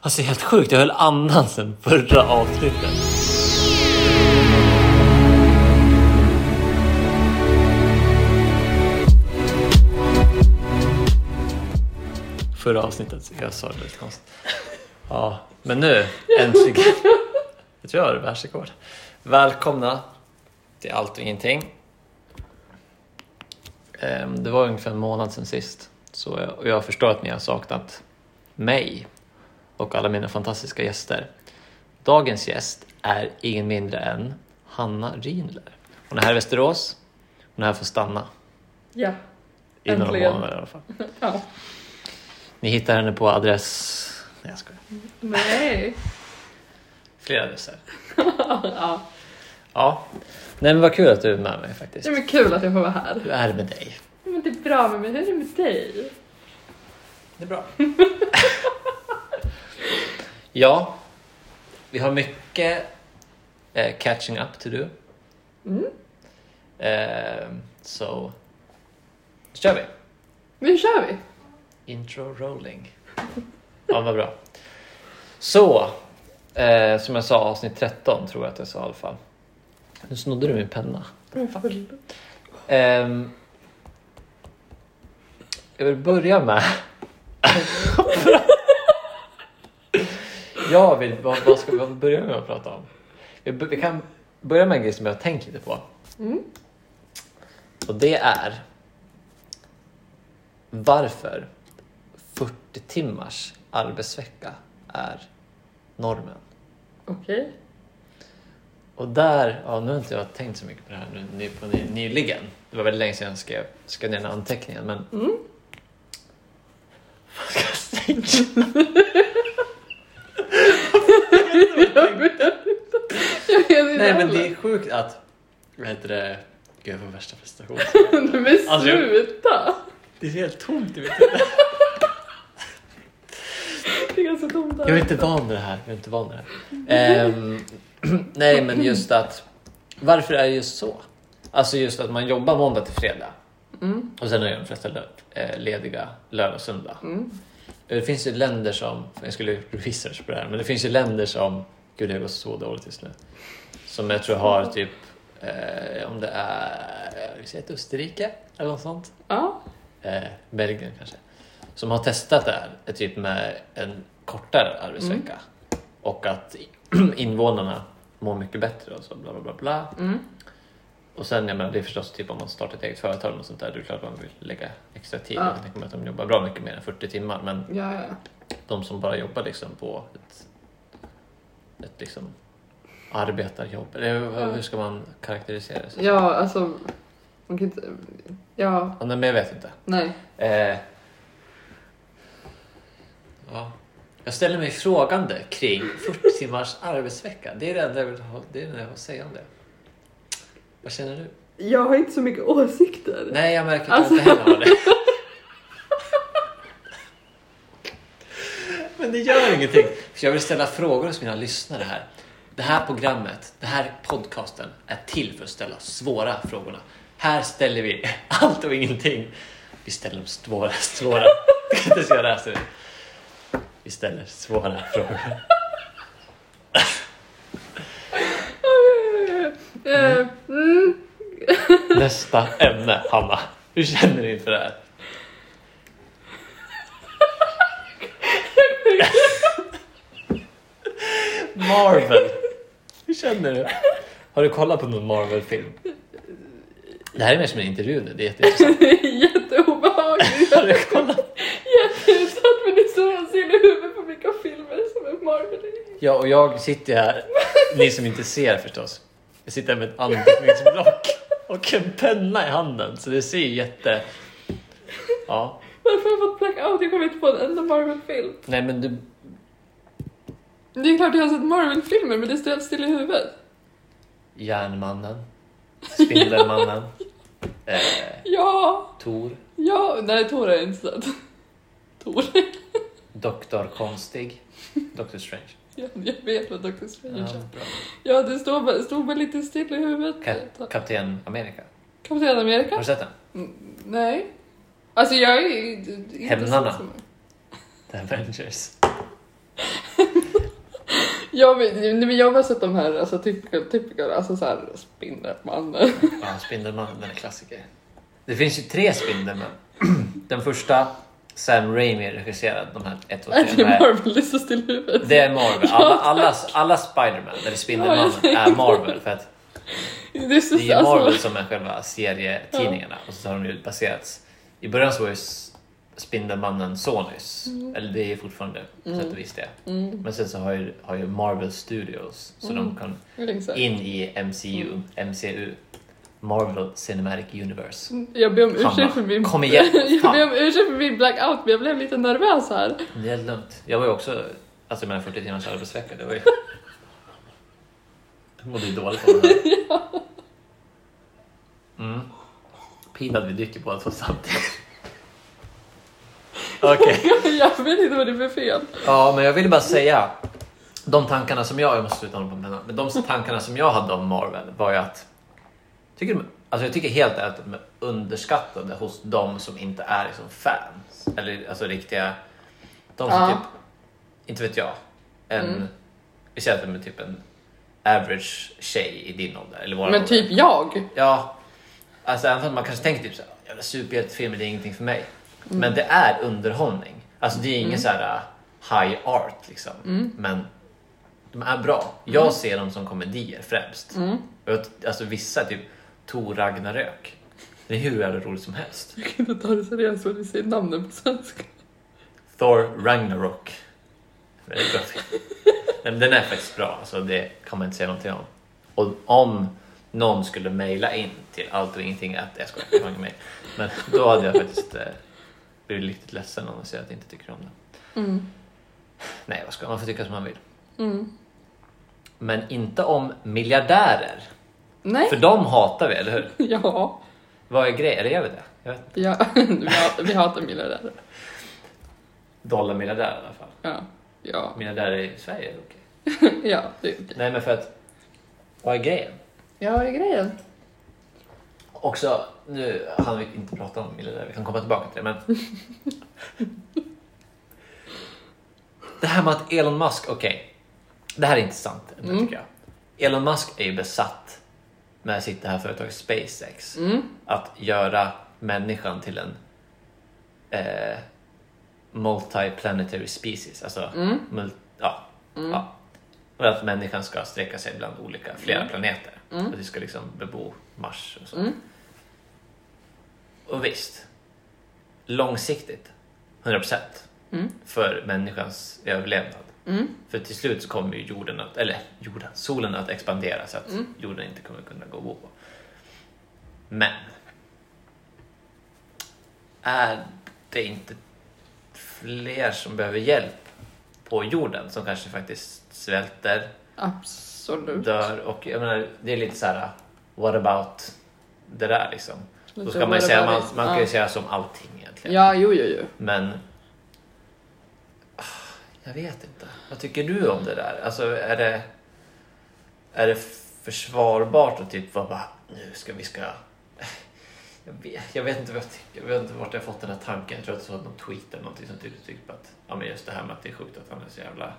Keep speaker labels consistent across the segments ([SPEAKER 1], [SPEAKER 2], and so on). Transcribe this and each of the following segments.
[SPEAKER 1] Alltså helt sjukt, jag höll andan sen förra avsnittet. Förra avsnittet, jag sa det lite konstigt. Ja, men nu äntligen. Jag tror jag har världsrekord. Välkomna till Allt och Ingenting. Ehm, Det var ungefär en månad sedan sist. Så jag, och jag förstår att ni har saknat mig och alla mina fantastiska gäster. Dagens gäst är ingen mindre än Hanna Rinler. Hon är här i Västerås. Hon är här för att stanna.
[SPEAKER 2] Ja.
[SPEAKER 1] I några
[SPEAKER 2] Äntligen.
[SPEAKER 1] månader i alla fall.
[SPEAKER 2] ja.
[SPEAKER 1] Ni hittar henne på adress... Nej, jag skojar.
[SPEAKER 2] Nej.
[SPEAKER 1] Flera adresser.
[SPEAKER 2] ja.
[SPEAKER 1] Ja. Nej, men vad kul att du är med mig faktiskt.
[SPEAKER 2] Det är kul att jag får vara här.
[SPEAKER 1] Hur är det med dig?
[SPEAKER 2] Men det är bra med mig. Hur är det med dig?
[SPEAKER 1] Det är bra. ja, vi har mycket eh, catching up to do.
[SPEAKER 2] Mm.
[SPEAKER 1] Eh, so, nu kör vi!
[SPEAKER 2] Nu kör vi!
[SPEAKER 1] Intro rolling. Ja, vad bra. Så, eh, som jag sa, avsnitt 13 tror jag att jag sa i alla fall. Nu snodde du min penna.
[SPEAKER 2] Jag är full.
[SPEAKER 1] Ehm, jag vill börja med... jag vill... Vad, vad ska vi börja med att prata om? Vi, b- vi kan börja med en grej som jag har tänkt lite på.
[SPEAKER 2] Mm.
[SPEAKER 1] Och det är... Varför 40 timmars arbetsvecka är normen?
[SPEAKER 2] Okej.
[SPEAKER 1] Och där, ja, nu har inte jag tänkt så mycket på det här nu, ny- på ny, nyligen. Det var väldigt länge sedan jag skrev, skrev ner den här anteckningen, men...
[SPEAKER 2] Mm.
[SPEAKER 1] Vad ska jag säga?
[SPEAKER 2] jag vet inte. Jag vet
[SPEAKER 1] Nej,
[SPEAKER 2] inte
[SPEAKER 1] men det
[SPEAKER 2] heller.
[SPEAKER 1] är sjukt att... Vad heter det? Gud, jag får värsta prestation.
[SPEAKER 2] Men
[SPEAKER 1] Alltså, jag-
[SPEAKER 2] sluta!
[SPEAKER 1] Det är helt tomt i mitt huvud.
[SPEAKER 2] Det är ganska tomt här.
[SPEAKER 1] Jag är inte van vid det här. Jag är inte van vid det här. Ehm, nej, men just att... Varför är det just så? Alltså just att man jobbar måndag till fredag
[SPEAKER 2] Mm.
[SPEAKER 1] och sen är de flesta lö- eh, lediga lördag och söndag.
[SPEAKER 2] Mm.
[SPEAKER 1] Det finns ju länder som, jag skulle göra research på det här, men det finns ju länder som, gud det går så dåligt just nu, som jag tror har typ, eh, om det är, vi säger ett Österrike eller något sånt,
[SPEAKER 2] Ja.
[SPEAKER 1] eh, Belgien kanske, som har testat det här eh, typ med en kortare arbetsvecka och att invånarna mår mycket bättre och så bla bla bla. bla.
[SPEAKER 2] Mm.
[SPEAKER 1] Och sen, jag menar, det är förstås typ om man startar ett eget företag och sånt där, det är klart man vill lägga extra tid.
[SPEAKER 2] Ja.
[SPEAKER 1] Jag tänker mig att de jobbar bra mycket mer än 40 timmar, men
[SPEAKER 2] Ja, ja.
[SPEAKER 1] de som bara jobbar liksom på ett, ett liksom arbetarjobb. Eller hur,
[SPEAKER 2] Ja.
[SPEAKER 1] hur ska man karaktärisera det? Ja.
[SPEAKER 2] Ja, alltså. Man kan inte... Ja.
[SPEAKER 1] nej, men jag vet inte.
[SPEAKER 2] Nej.
[SPEAKER 1] Eh, ja. Jag ställer mig frågande kring 40 timmars arbetsvecka. Det är det enda jag vill ha, det är det enda jag har att säga om det. Vad känner du?
[SPEAKER 2] Jag har inte så mycket åsikter.
[SPEAKER 1] Nej, jag märker att
[SPEAKER 2] Alltså-
[SPEAKER 1] jag inte heller har det. Men det gör ingenting. För jag vill ställa frågor hos mina lyssnare här. Det här programmet, den här podcasten är till för att ställa svåra frågorna. Här ställer vi allt och ingenting. Vi ställer de svåra, svåra. Jag kan inte säga det här, ser du. Vi ställer svåra frågor.
[SPEAKER 2] Eh, Mm.
[SPEAKER 1] Nästa ämne, Hanna. Hur känner du inför det här? Marvel. Hur känner du? Har du kollat på någon Marvel-film? Det här är mer som en intervju nu, det är jätteintressant.
[SPEAKER 2] Det är jätteobehagligt.
[SPEAKER 1] Har du kollat?
[SPEAKER 2] Jätteutsatt men det står hans i huvudet på vilka filmer som är Marvel.
[SPEAKER 1] Ja, och jag sitter här, ni som inte ser förstås. Jag sitter här med ett anteckningsblock och en penna i handen, så det ser ju jätte... Ja.
[SPEAKER 2] Varför har jag fått blackout? Jag kommer inte på en enda Marvel-film.
[SPEAKER 1] Nej, men du,
[SPEAKER 2] Det är klart jag har sett Marvel-filmer men det står helt still i huvudet.
[SPEAKER 1] Järnmannen, Spindelmannen, eh,
[SPEAKER 2] Ja,
[SPEAKER 1] Tor,
[SPEAKER 2] ja, nej Tor har jag inte sett. Tor.
[SPEAKER 1] Doktor Konstig, Doktor Strange.
[SPEAKER 2] Jag, jag vet vad Dr. Strange
[SPEAKER 1] Ja,
[SPEAKER 2] är.
[SPEAKER 1] bra.
[SPEAKER 2] Ja, det står bara, stod bara lite still i huvudet.
[SPEAKER 1] Ka- Kapten Amerika,
[SPEAKER 2] Kapten
[SPEAKER 1] har
[SPEAKER 2] Amerika?
[SPEAKER 1] du sett den?
[SPEAKER 2] Mm, Nej. Alltså jag är inte
[SPEAKER 1] Hämnarna.
[SPEAKER 2] sett så mycket.
[SPEAKER 1] The Avengers.
[SPEAKER 2] Jag, vet- nej, men jag har bara sett de här alltså, typical, typical, alltså så här Spindelmannen.
[SPEAKER 1] Ja, Spindelmannen, den är klassiker. Det finns ju tre Spindelmän. Den första, Sam Raimi regisserad, de här 1, 2, 3.
[SPEAKER 2] Är det
[SPEAKER 1] med-
[SPEAKER 2] Marvel lyssnar till huvudet?
[SPEAKER 1] Det är Marvel. Alla, alla, alla Spiderman, eller Spindelmannen, är Marvel. För att
[SPEAKER 2] Det är så,
[SPEAKER 1] det är ju
[SPEAKER 2] alltså,
[SPEAKER 1] Marvel som är själva serietidningarna och så har de ju baserats. I början så var ju S- Spindelmannen Sonys, eller det är fortfarande på sätt och vis det.
[SPEAKER 2] mm,
[SPEAKER 1] Men sen så har ju, har ju Marvel Studios, så de kan
[SPEAKER 2] Exakt.
[SPEAKER 1] in i MCU, MCU, Marvel Cinematic Universe.
[SPEAKER 2] Jag ber om
[SPEAKER 1] Fan,
[SPEAKER 2] ursäkt för min...
[SPEAKER 1] kom igen,
[SPEAKER 2] jag
[SPEAKER 1] fan.
[SPEAKER 2] ber om ursäkt för min blackout, men jag blev lite nervös här.
[SPEAKER 1] Det är lugnt. Jag var ju också, alltså jag menar 40 timmars arbetsvecka, det var ju... Jag mådde ju dåligt av det här. Mm. Pin att vi dricker båda två samtidigt. Okej.
[SPEAKER 2] Jag vet inte vad det är för fel.
[SPEAKER 1] Ja, men jag ville bara säga. De tankarna som jag, jag måste sluta hålla på med den här, men de tankarna som jag hade om Marvel var ju att tycker de, alltså jag tycker helt ärligt att de är underskattade hos de som inte är liksom fans. Eller alltså riktiga, de som
[SPEAKER 2] Ja. Mm.
[SPEAKER 1] typ, inte vet jag, en, vi säger att de är typ en average tjej i din ålder. Eller vår
[SPEAKER 2] Men
[SPEAKER 1] ålder.
[SPEAKER 2] typ jag.
[SPEAKER 1] Ja, alltså även fast man kanske tänker typ såhär, jävla superhjältefilmer det är ingenting för mig. Men det är underhållning. Alltså det är ingen så här äh, high art liksom. Men de är bra. Jag ser dem som komedier främst. Och jag- Alltså vissa, typ Tor Ragnarök. Det är hur jävla roligt som helst.
[SPEAKER 2] Jag kan inte ta det seriöst när du säger namnen på svenska.
[SPEAKER 1] Thor Ragnarok. Väldigt bra film. Nej, men Den är faktiskt bra, så det kan man inte säga någonting om. Och om någon skulle mejla in till allt och ingenting att jag skojar, det var ingen mejl. Men då hade jag faktiskt eh, blivit riktigt ledsen om jag säger att jag inte tycker om den. Nej, vad ska man får tycka som man vill. Men inte om miljardärer.
[SPEAKER 2] Nej.
[SPEAKER 1] För de hatar vi, eller hur?
[SPEAKER 2] Ja.
[SPEAKER 1] Vad är grejen? Eller gör vi det? Jag vet inte.
[SPEAKER 2] ja. Vi, hatar, vi hatar miljardärer.
[SPEAKER 1] Dollarmiljardärer i alla fall.
[SPEAKER 2] Ja. Ja.
[SPEAKER 1] Miljardärer i Sverige är okej.
[SPEAKER 2] Ja. Det är okej.
[SPEAKER 1] Nej, men för att... Vad är grejen?
[SPEAKER 2] Ja, vad är grejen?
[SPEAKER 1] Också, nu hann vi inte prata om miljardärer, vi kan komma tillbaka till det men... det här med att Elon Musk, okej. Det här är intressant ändå, tycker jag. Elon Musk är ju besatt med sitt det här företaget SpaceX. Att göra människan till en eh, multiplanetary species. Alltså, mul- ja, ja. Och att människan ska sträcka sig bland olika, flera planeter. Att vi ska liksom bebo Mars och så. Och visst, långsiktigt, 100 procent, för människans överlevnad. För till slut så kommer ju jorden att, eller jorden, solen att expandera så att jorden inte kommer kunna gå och bo på. Men, är det inte fler som behöver hjälp på jorden som kanske faktiskt svälter,
[SPEAKER 2] Absolut.
[SPEAKER 1] dör och jag menar, det är lite så här, what about det där liksom? Då
[SPEAKER 2] Lite
[SPEAKER 1] ska man ju
[SPEAKER 2] what
[SPEAKER 1] säga, man,
[SPEAKER 2] about it?
[SPEAKER 1] man kan ju
[SPEAKER 2] Ja.
[SPEAKER 1] säga som allting egentligen.
[SPEAKER 2] Ja, jo, jo, jo.
[SPEAKER 1] Men ah, jag vet inte. Vad tycker du om det där? Alltså är det, är det försvarbart att typ vara bara, nu ska vi ska... Jag vet, jag vet inte vad jag tycker. Jag vet inte vart jag har fått den här tanken. Jag tror att jag såg någon tweet eller någonting som typ tyckte att ja, men just det här med att det är sjukt att han är så jävla...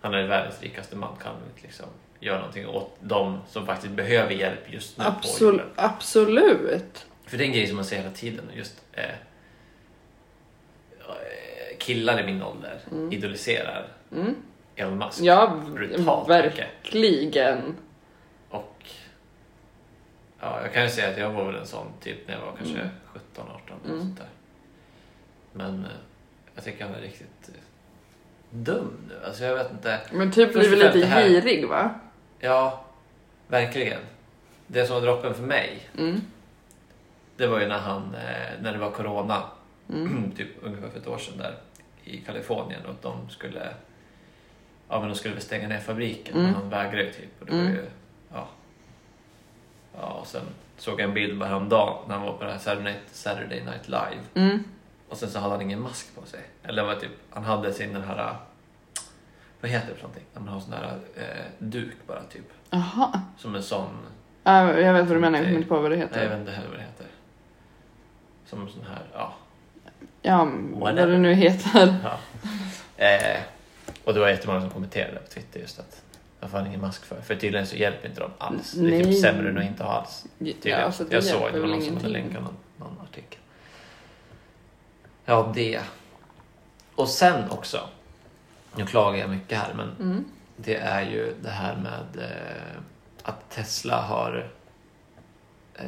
[SPEAKER 1] Han är världens rikaste man. Kan inte liksom göra någonting åt dem som faktiskt behöver hjälp just nu på
[SPEAKER 2] Absolut.
[SPEAKER 1] jorden.
[SPEAKER 2] Absolut.
[SPEAKER 1] För det är en grej som man ser hela tiden. Just eh, eh, killar i min ålder idoliserar Elon Musk.
[SPEAKER 2] Ja,
[SPEAKER 1] Brutalt mycket.
[SPEAKER 2] verkligen.
[SPEAKER 1] Och ja, jag kan ju säga att jag var väl en sån typ när jag var kanske 17, 18 eller sånt där. Men eh, jag tycker han är riktigt eh, dum nu. Alltså jag vet inte.
[SPEAKER 2] Men typ
[SPEAKER 1] Först
[SPEAKER 2] blir
[SPEAKER 1] och
[SPEAKER 2] väl
[SPEAKER 1] främst
[SPEAKER 2] lite
[SPEAKER 1] det här-
[SPEAKER 2] girig va?
[SPEAKER 1] Ja, verkligen. Det som var droppen för mig,
[SPEAKER 2] Mm,
[SPEAKER 1] det var ju när, han, eh, när det var corona,
[SPEAKER 2] Mm.
[SPEAKER 1] typ ungefär för ett år sedan där i Kalifornien och att de skulle, ja, men de skulle väl stänga ner fabriken,
[SPEAKER 2] Mm.
[SPEAKER 1] men han vägrade ju typ. Och det var ju, ja. Ja, och sen såg jag en bild på häromdagen när han var på det här Saturday Night, Saturday Night Live
[SPEAKER 2] mm.
[SPEAKER 1] och sen så hade han ingen mask på sig. Eller det var typ, han hade sin den här, eh, vad heter det för någonting? När man har sån här eh, duk bara typ.
[SPEAKER 2] Jaha.
[SPEAKER 1] Som en sån...
[SPEAKER 2] Ja, jag vet vad du menar, jag
[SPEAKER 1] Okej.
[SPEAKER 2] kommer inte på vad det
[SPEAKER 1] Nej, jag
[SPEAKER 2] heter.
[SPEAKER 1] vet inte heller vad det heter. Som en sån här... Ja.
[SPEAKER 2] Ja, men vad
[SPEAKER 1] Whatever.
[SPEAKER 2] det nu heter.
[SPEAKER 1] ja. Eh, Och det var jättemånga som kommenterade på Twitter just att vad fan är ingen mask för? För tydligen så hjälper inte de alls. Det är
[SPEAKER 2] Nej.
[SPEAKER 1] typ sämre än att inte ha alls.
[SPEAKER 2] Ja,
[SPEAKER 1] Tydligen.
[SPEAKER 2] alltså, det
[SPEAKER 1] jag såg,
[SPEAKER 2] hjälper
[SPEAKER 1] det var
[SPEAKER 2] väl
[SPEAKER 1] någon som hade
[SPEAKER 2] ingenting.
[SPEAKER 1] länkat någon, någon artikel. Ja, det. Och sen också, nu klagar jag mycket här, men
[SPEAKER 2] Mm.
[SPEAKER 1] det är ju det här med eh, att Tesla har eh,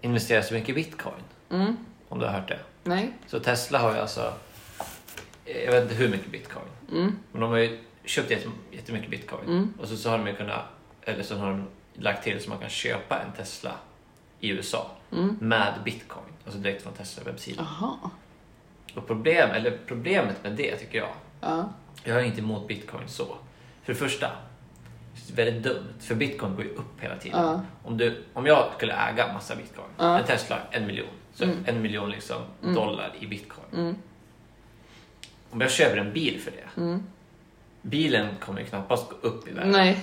[SPEAKER 1] investerat så mycket i bitcoin.
[SPEAKER 2] Mm.
[SPEAKER 1] Om du har hört det.
[SPEAKER 2] Nej.
[SPEAKER 1] Så Tesla har ju alltså, eh, jag vet inte hur mycket bitcoin,
[SPEAKER 2] Mm.
[SPEAKER 1] men de har ju köpt jätte- jättemycket bitcoin.
[SPEAKER 2] Mm.
[SPEAKER 1] Och så, så har de ju kunnat, eller så har de lagt till så man kan köpa en Tesla i USA
[SPEAKER 2] Mm.
[SPEAKER 1] med bitcoin. Alltså direkt från Tesla webbsida.
[SPEAKER 2] Aha.
[SPEAKER 1] Och problem, eller problemet med det tycker jag,
[SPEAKER 2] Ja.
[SPEAKER 1] jag har inte emot bitcoin så. För det första, väldigt dumt, för bitcoin går ju upp hela tiden.
[SPEAKER 2] Ja.
[SPEAKER 1] Om, du, om jag skulle äga massa bitcoin,
[SPEAKER 2] Ja.
[SPEAKER 1] en Tesla, en miljon, så en miljon liksom dollar i bitcoin.
[SPEAKER 2] Mm.
[SPEAKER 1] Om jag köper en bil för det,
[SPEAKER 2] Mm.
[SPEAKER 1] bilen kommer ju knappast gå upp i värde.
[SPEAKER 2] Nej.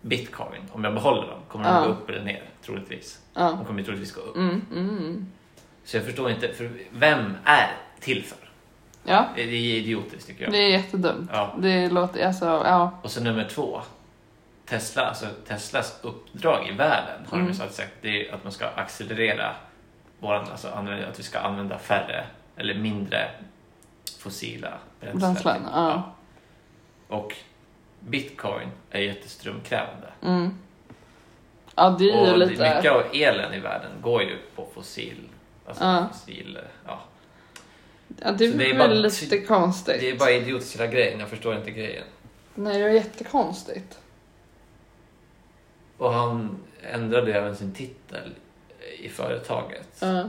[SPEAKER 1] Bitcoin, om jag behåller dem, kommer
[SPEAKER 2] Ja.
[SPEAKER 1] de gå upp eller ner? Troligtvis.
[SPEAKER 2] Ja.
[SPEAKER 1] De kommer ju troligtvis gå upp.
[SPEAKER 2] Mm. Mm. Mm.
[SPEAKER 1] Så jag förstår inte, för vem är till för?
[SPEAKER 2] Ja.
[SPEAKER 1] Det är idiotiskt tycker jag.
[SPEAKER 2] Det är jättedumt.
[SPEAKER 1] Ja.
[SPEAKER 2] Det låter, alltså, ja.
[SPEAKER 1] Och så nummer två. Tesla, alltså Teslas uppdrag i världen har de
[SPEAKER 2] Mm.
[SPEAKER 1] ju sagt, sagt det är att man ska accelerera våran, alltså använda, att vi ska använda färre eller mindre fossila bränslen.
[SPEAKER 2] Bränslen, ja.
[SPEAKER 1] Och bitcoin är jätteströmkrävande.
[SPEAKER 2] Mm. Ja, det är ju
[SPEAKER 1] Och det-
[SPEAKER 2] lite...
[SPEAKER 1] mycket av elen i världen går ju på fossil, alltså
[SPEAKER 2] Ja.
[SPEAKER 1] fossil, ja.
[SPEAKER 2] Ja, det
[SPEAKER 1] Så
[SPEAKER 2] är
[SPEAKER 1] det är
[SPEAKER 2] väl
[SPEAKER 1] bara- typ-
[SPEAKER 2] lite konstigt.
[SPEAKER 1] Det är bara idiotiskt hela grejen, jag förstår inte grejen.
[SPEAKER 2] Nej, det är jättekonstigt.
[SPEAKER 1] Och han ändrade ju även sin titel i företaget.
[SPEAKER 2] Ja.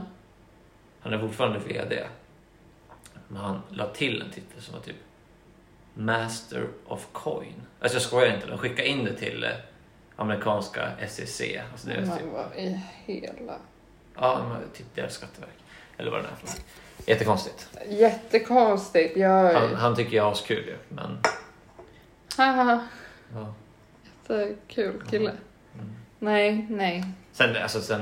[SPEAKER 1] Han är fortfarande VD. Men han la till en titel som var typ Master of Coin. Alltså jag skojar inte, de skickade in det till eh, amerikanska SEC. Alltså det är typ,
[SPEAKER 2] Men vad i hela...
[SPEAKER 1] ja, men typ deras skatteverk. Eller vad det är för något. Jättekonstigt.
[SPEAKER 2] Jättekonstigt. Jag...
[SPEAKER 1] Han, han tycker jag har askul ju, men...
[SPEAKER 2] Haha,
[SPEAKER 1] Ja.
[SPEAKER 2] jättekul kille.
[SPEAKER 1] Mm.
[SPEAKER 2] Nej, nej.
[SPEAKER 1] Sen, alltså, sen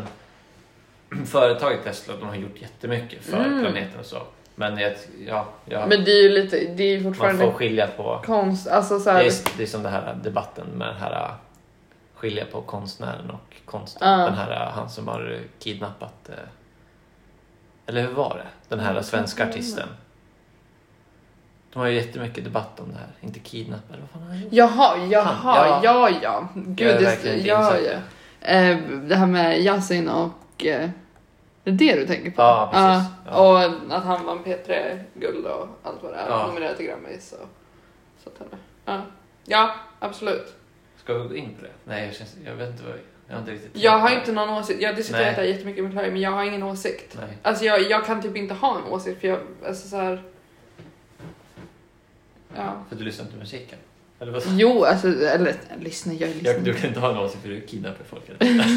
[SPEAKER 1] företaget Tesla, de har gjort jättemycket för
[SPEAKER 2] Mm.
[SPEAKER 1] planeten och så. Men jag, ja, jag,
[SPEAKER 2] Men det är ju lite, det är ju
[SPEAKER 1] man
[SPEAKER 2] fortfarande
[SPEAKER 1] får skilja på...
[SPEAKER 2] konst, alltså
[SPEAKER 1] Det
[SPEAKER 2] såhär.
[SPEAKER 1] är, det är som den här debatten med den här äh, skilja på konstnären och konsten.
[SPEAKER 2] Ja.
[SPEAKER 1] Den här äh, han som har äh, kidnappat... äh, Eller hur var det? Den här äh, svenska artisten. De har ju jättemycket debatt om det här. Inte kidnappad, vad fan har han gjort?
[SPEAKER 2] Jaha, jaha,
[SPEAKER 1] Han,
[SPEAKER 2] ja, ja. Gud,
[SPEAKER 1] Jag är
[SPEAKER 2] det,
[SPEAKER 1] verkligen inte
[SPEAKER 2] ja,
[SPEAKER 1] insatt.
[SPEAKER 2] ja. Eh, det här med Yasin och... Eh, det är det du tänker på?
[SPEAKER 1] Ja, precis.
[SPEAKER 2] Ja,
[SPEAKER 1] Ja.
[SPEAKER 2] Och att han vann P3-guld och allt vad det är.
[SPEAKER 1] Ja.
[SPEAKER 2] Nominerad till Grammis och sånt här. Ja. ja, absolut.
[SPEAKER 1] Ska vi gå in på det? Nej, jag, känns, jag vet inte vad... Jag har inte riktigt...
[SPEAKER 2] Jag har inte någon åsikt. Jag diskuterar
[SPEAKER 1] Nej.
[SPEAKER 2] det här jättemycket med Chloe, men jag har ingen åsikt.
[SPEAKER 1] Nej.
[SPEAKER 2] Alltså jag, jag kan typ inte ha en åsikt för jag, alltså så här. Ja.
[SPEAKER 1] För du lyssnar inte på musiken? Eller vad
[SPEAKER 2] Jo, alltså, eller lyssna, jag
[SPEAKER 1] Jag,
[SPEAKER 2] lyssnar.
[SPEAKER 1] du kan inte ha en åsikt för du kidnappar folk.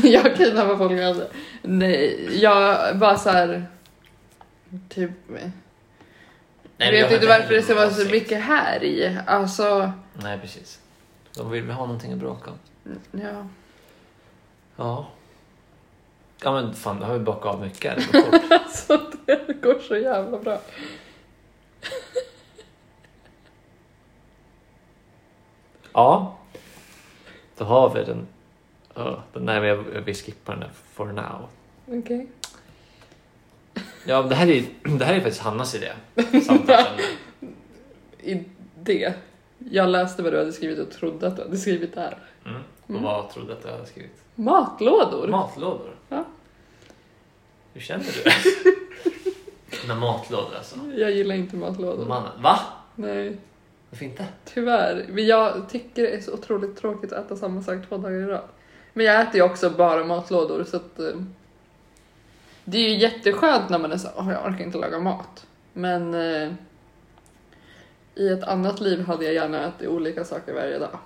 [SPEAKER 2] jag kidnappar folk alltså. Nej, jag bara så här. Typ.
[SPEAKER 1] men
[SPEAKER 2] jag
[SPEAKER 1] har
[SPEAKER 2] vet inte varför
[SPEAKER 1] heller
[SPEAKER 2] det ska
[SPEAKER 1] någon
[SPEAKER 2] vara så
[SPEAKER 1] åsikt.
[SPEAKER 2] mycket här i. Alltså,
[SPEAKER 1] Nej, precis. De vill väl ha någonting att bråka om.
[SPEAKER 2] ja.
[SPEAKER 1] Ja. Ja men fan, då har vi bockat av mycket här. på kort.
[SPEAKER 2] Alltså det går så jävla bra.
[SPEAKER 1] ja. Då har vi den. Ja, den nej men jag, jag- vi skippar den där for now.
[SPEAKER 2] Okej.
[SPEAKER 1] Ja, men det här är, det här är faktiskt Hannas idé. Samtalsämne.
[SPEAKER 2] I det. Jag läste vad du hade skrivit och trodde att du hade skrivit där.
[SPEAKER 1] Mm. Och vad trodde du att jag hade skrivit?
[SPEAKER 2] Matlådor.
[SPEAKER 1] Matlådor.
[SPEAKER 2] Ja.
[SPEAKER 1] Hur känner du? Med matlådor alltså.
[SPEAKER 2] Jag gillar inte matlådor.
[SPEAKER 1] Man, va?
[SPEAKER 2] Nej,
[SPEAKER 1] Varför inte?
[SPEAKER 2] tyvärr. Men jag tycker det är så otroligt tråkigt att äta samma sak två dagar i rad. Men jag äter ju också bara matlådor så att... eh, Det är ju jätteskönt när man är så "Åh, jag orkar inte laga mat. Men... eh, I ett annat liv hade jag gärna ätit olika saker varje dag.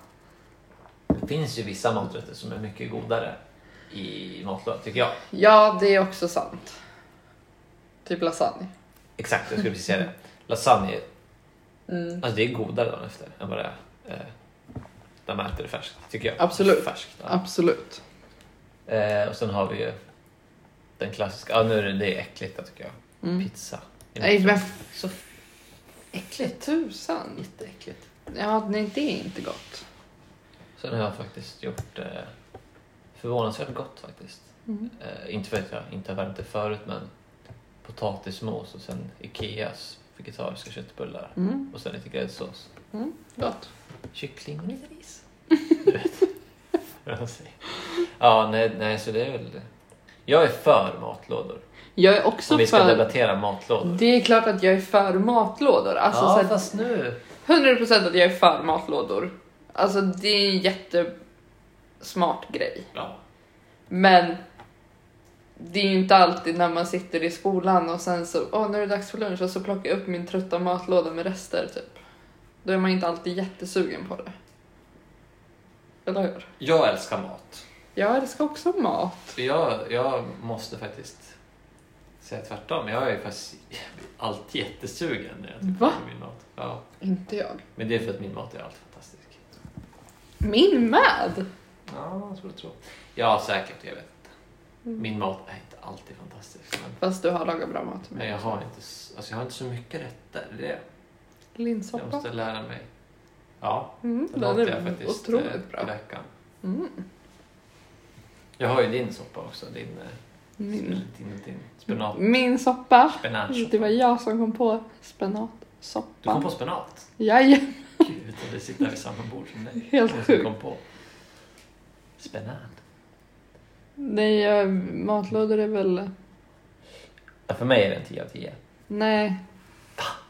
[SPEAKER 1] Det finns ju vissa maträtter som är mycket godare i matlådor tycker jag.
[SPEAKER 2] Ja, det är också sant. Typ lasagne.
[SPEAKER 1] Exakt, jag skulle precis säga det. Lasagne,
[SPEAKER 2] Mm.
[SPEAKER 1] alltså det är godare dagen efter än vad det är eh, när man äter det färskt. Tycker jag.
[SPEAKER 2] Absolut.
[SPEAKER 1] Färskt, ja.
[SPEAKER 2] Absolut.
[SPEAKER 1] eh, och sen har vi ju den klassiska, ja nu är det, det är äckligt då, tycker jag.
[SPEAKER 2] Mm.
[SPEAKER 1] Pizza.
[SPEAKER 2] Nej, men
[SPEAKER 1] Så f- äckligt.
[SPEAKER 2] tusan.
[SPEAKER 1] Jätteäckligt.
[SPEAKER 2] Ja, nej, det är inte gott.
[SPEAKER 1] Sen har jag faktiskt gjort eh, förvånansvärt gott faktiskt.
[SPEAKER 2] Mm.
[SPEAKER 1] Eh, inte för att jag inte har värmt det förut men potatismos och sen Ikeas vegetariska köttbullar
[SPEAKER 2] Mm.
[SPEAKER 1] och sen lite gräddsås.
[SPEAKER 2] Gott.
[SPEAKER 1] Kyckling och lite ris. Du vet vad man säger. Ja, nej, nej, så det är väl det. Jag är för matlådor.
[SPEAKER 2] Jag är också
[SPEAKER 1] Om vi ska
[SPEAKER 2] för...
[SPEAKER 1] debattera matlådor.
[SPEAKER 2] Det är klart att jag är för matlådor. Alltså,
[SPEAKER 1] ja,
[SPEAKER 2] så här,
[SPEAKER 1] fast nu.
[SPEAKER 2] 100% att jag är för matlådor. Alltså det är en jättesmart grej.
[SPEAKER 1] Ja.
[SPEAKER 2] Men det är ju inte alltid när man sitter i skolan och sen så, åh nu är det dags för lunch och så plockar jag upp min trötta matlåda med rester typ. Då är man inte alltid jättesugen på det. Eller hur?
[SPEAKER 1] Jag älskar mat.
[SPEAKER 2] Jag älskar också mat.
[SPEAKER 1] Så Jag, jag måste faktiskt säga tvärtom. Jag är faktiskt alltid jättesugen när jag
[SPEAKER 2] Va?
[SPEAKER 1] på min mat. Ja.
[SPEAKER 2] Inte jag.
[SPEAKER 1] Men det är för att min mat är alltid fantastisk.
[SPEAKER 2] Min med!
[SPEAKER 1] Ja, så tror jag. Ja, säkert. Jag vet inte.
[SPEAKER 2] Mm.
[SPEAKER 1] Min mat är inte alltid fantastisk. Men,
[SPEAKER 2] Fast du har lagat bra mat till
[SPEAKER 1] men
[SPEAKER 2] mig.
[SPEAKER 1] jag, har inte, s- alltså, jag har inte så mycket rätter. Det är det. Jag
[SPEAKER 2] Linssoppa.
[SPEAKER 1] måste lära mig. Ja,
[SPEAKER 2] Mm,
[SPEAKER 1] den
[SPEAKER 2] den
[SPEAKER 1] åt jag
[SPEAKER 2] är
[SPEAKER 1] faktiskt eh,
[SPEAKER 2] otroligt
[SPEAKER 1] i
[SPEAKER 2] bra.
[SPEAKER 1] veckan.
[SPEAKER 2] Mm.
[SPEAKER 1] Jag har ju din soppa också. Din, eh,
[SPEAKER 2] Min.
[SPEAKER 1] sp- din, din spenat.
[SPEAKER 2] Min soppa.
[SPEAKER 1] Spenat.
[SPEAKER 2] Det var jag som kom på
[SPEAKER 1] Du kom
[SPEAKER 2] spenatsoppan.
[SPEAKER 1] på spenat?
[SPEAKER 2] Jajamän,
[SPEAKER 1] Gud, och det sitter vid samma bord som dig.
[SPEAKER 2] helt
[SPEAKER 1] Du
[SPEAKER 2] sjukt.
[SPEAKER 1] kom på. Spenat.
[SPEAKER 2] Nej, jag- matlådor är väl...
[SPEAKER 1] Ja, för mig är det en 10 av 10.
[SPEAKER 2] Nej.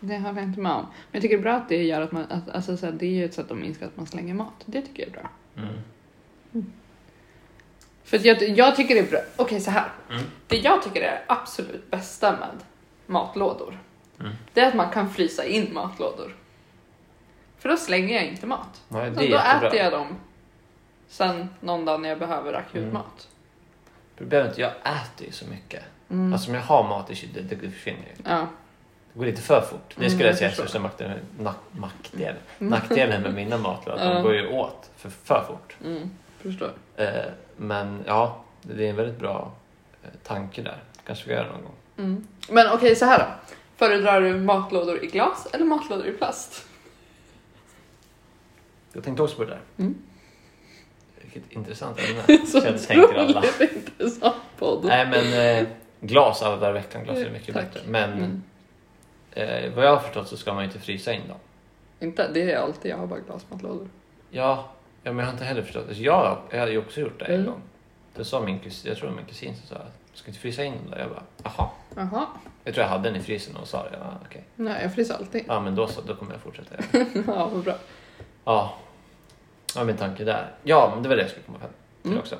[SPEAKER 2] Det håller jag inte med om. Men jag tycker det är bra att det gör att man... Att, alltså, så här, det är ju ett sätt att minska att man slänger mat. Det tycker jag är bra.
[SPEAKER 1] Mm.
[SPEAKER 2] För att jag, jag tycker det är bra... Okej, så här.
[SPEAKER 1] Mm.
[SPEAKER 2] Det jag tycker är det absolut bästa med matlådor.
[SPEAKER 1] Mm.
[SPEAKER 2] Det är att man kan frysa in matlådor. För då slänger jag inte mat.
[SPEAKER 1] Nej,
[SPEAKER 2] Så
[SPEAKER 1] det
[SPEAKER 2] då
[SPEAKER 1] är jättebra.
[SPEAKER 2] äter jag dem sen någon dag när jag behöver akut
[SPEAKER 1] Mm.
[SPEAKER 2] mat.
[SPEAKER 1] Problemet är att jag äter ju så mycket.
[SPEAKER 2] Mm.
[SPEAKER 1] Alltså om jag har mat i kylen, det, det försvinner ju.
[SPEAKER 2] Ja.
[SPEAKER 1] Det går lite för fort. Det
[SPEAKER 2] Mm,
[SPEAKER 1] skulle jag
[SPEAKER 2] jag
[SPEAKER 1] säga är
[SPEAKER 2] förstår.
[SPEAKER 1] största makten- nack- mackdelen.
[SPEAKER 2] Mm.
[SPEAKER 1] nackdelen med mina matlådor. Att
[SPEAKER 2] Ja.
[SPEAKER 1] de går ju åt för, för fort.
[SPEAKER 2] Mm. Förstår.
[SPEAKER 1] Eh, men ja, det är en väldigt bra eh, tanke där. Kanske vi gör det någon gång.
[SPEAKER 2] Mm. Men okej, så här då. Föredrar du matlådor i glas eller matlådor i plast?
[SPEAKER 1] Jag tänkte också på det där.
[SPEAKER 2] Mm.
[SPEAKER 1] Vilket intressant ämne.
[SPEAKER 2] Så
[SPEAKER 1] jag tänker alla.
[SPEAKER 2] otroligt intressant podd.
[SPEAKER 1] Nej men eh, glas alla dagar i veckan. Glas är mycket
[SPEAKER 2] Tack.
[SPEAKER 1] bättre. Men
[SPEAKER 2] Mm.
[SPEAKER 1] eh, vad jag har förstått så ska man ju inte frysa in dem.
[SPEAKER 2] Inte, det är alltid, jag har bara glasmatlådor.
[SPEAKER 1] Ja, ja men jag har inte heller förstått. Alltså, jag, jag hade ju också gjort det en
[SPEAKER 2] Mm.
[SPEAKER 1] gång. Det sa min kusin, jag tror det var min kusin som sa att du ska inte frysa in dem där. Jag bara, jaha.
[SPEAKER 2] Jaha, jag
[SPEAKER 1] Jag tror jag hade den i frysen och sa det. Ja, okej.
[SPEAKER 2] nej jag fryser alltid.
[SPEAKER 1] Ja, men då så, då kommer jag fortsätta göra det.
[SPEAKER 2] ja, vad bra.
[SPEAKER 1] Ja, ja min tanke där. Ja, men det var det jag skulle komma fram till
[SPEAKER 2] Mm.
[SPEAKER 1] också.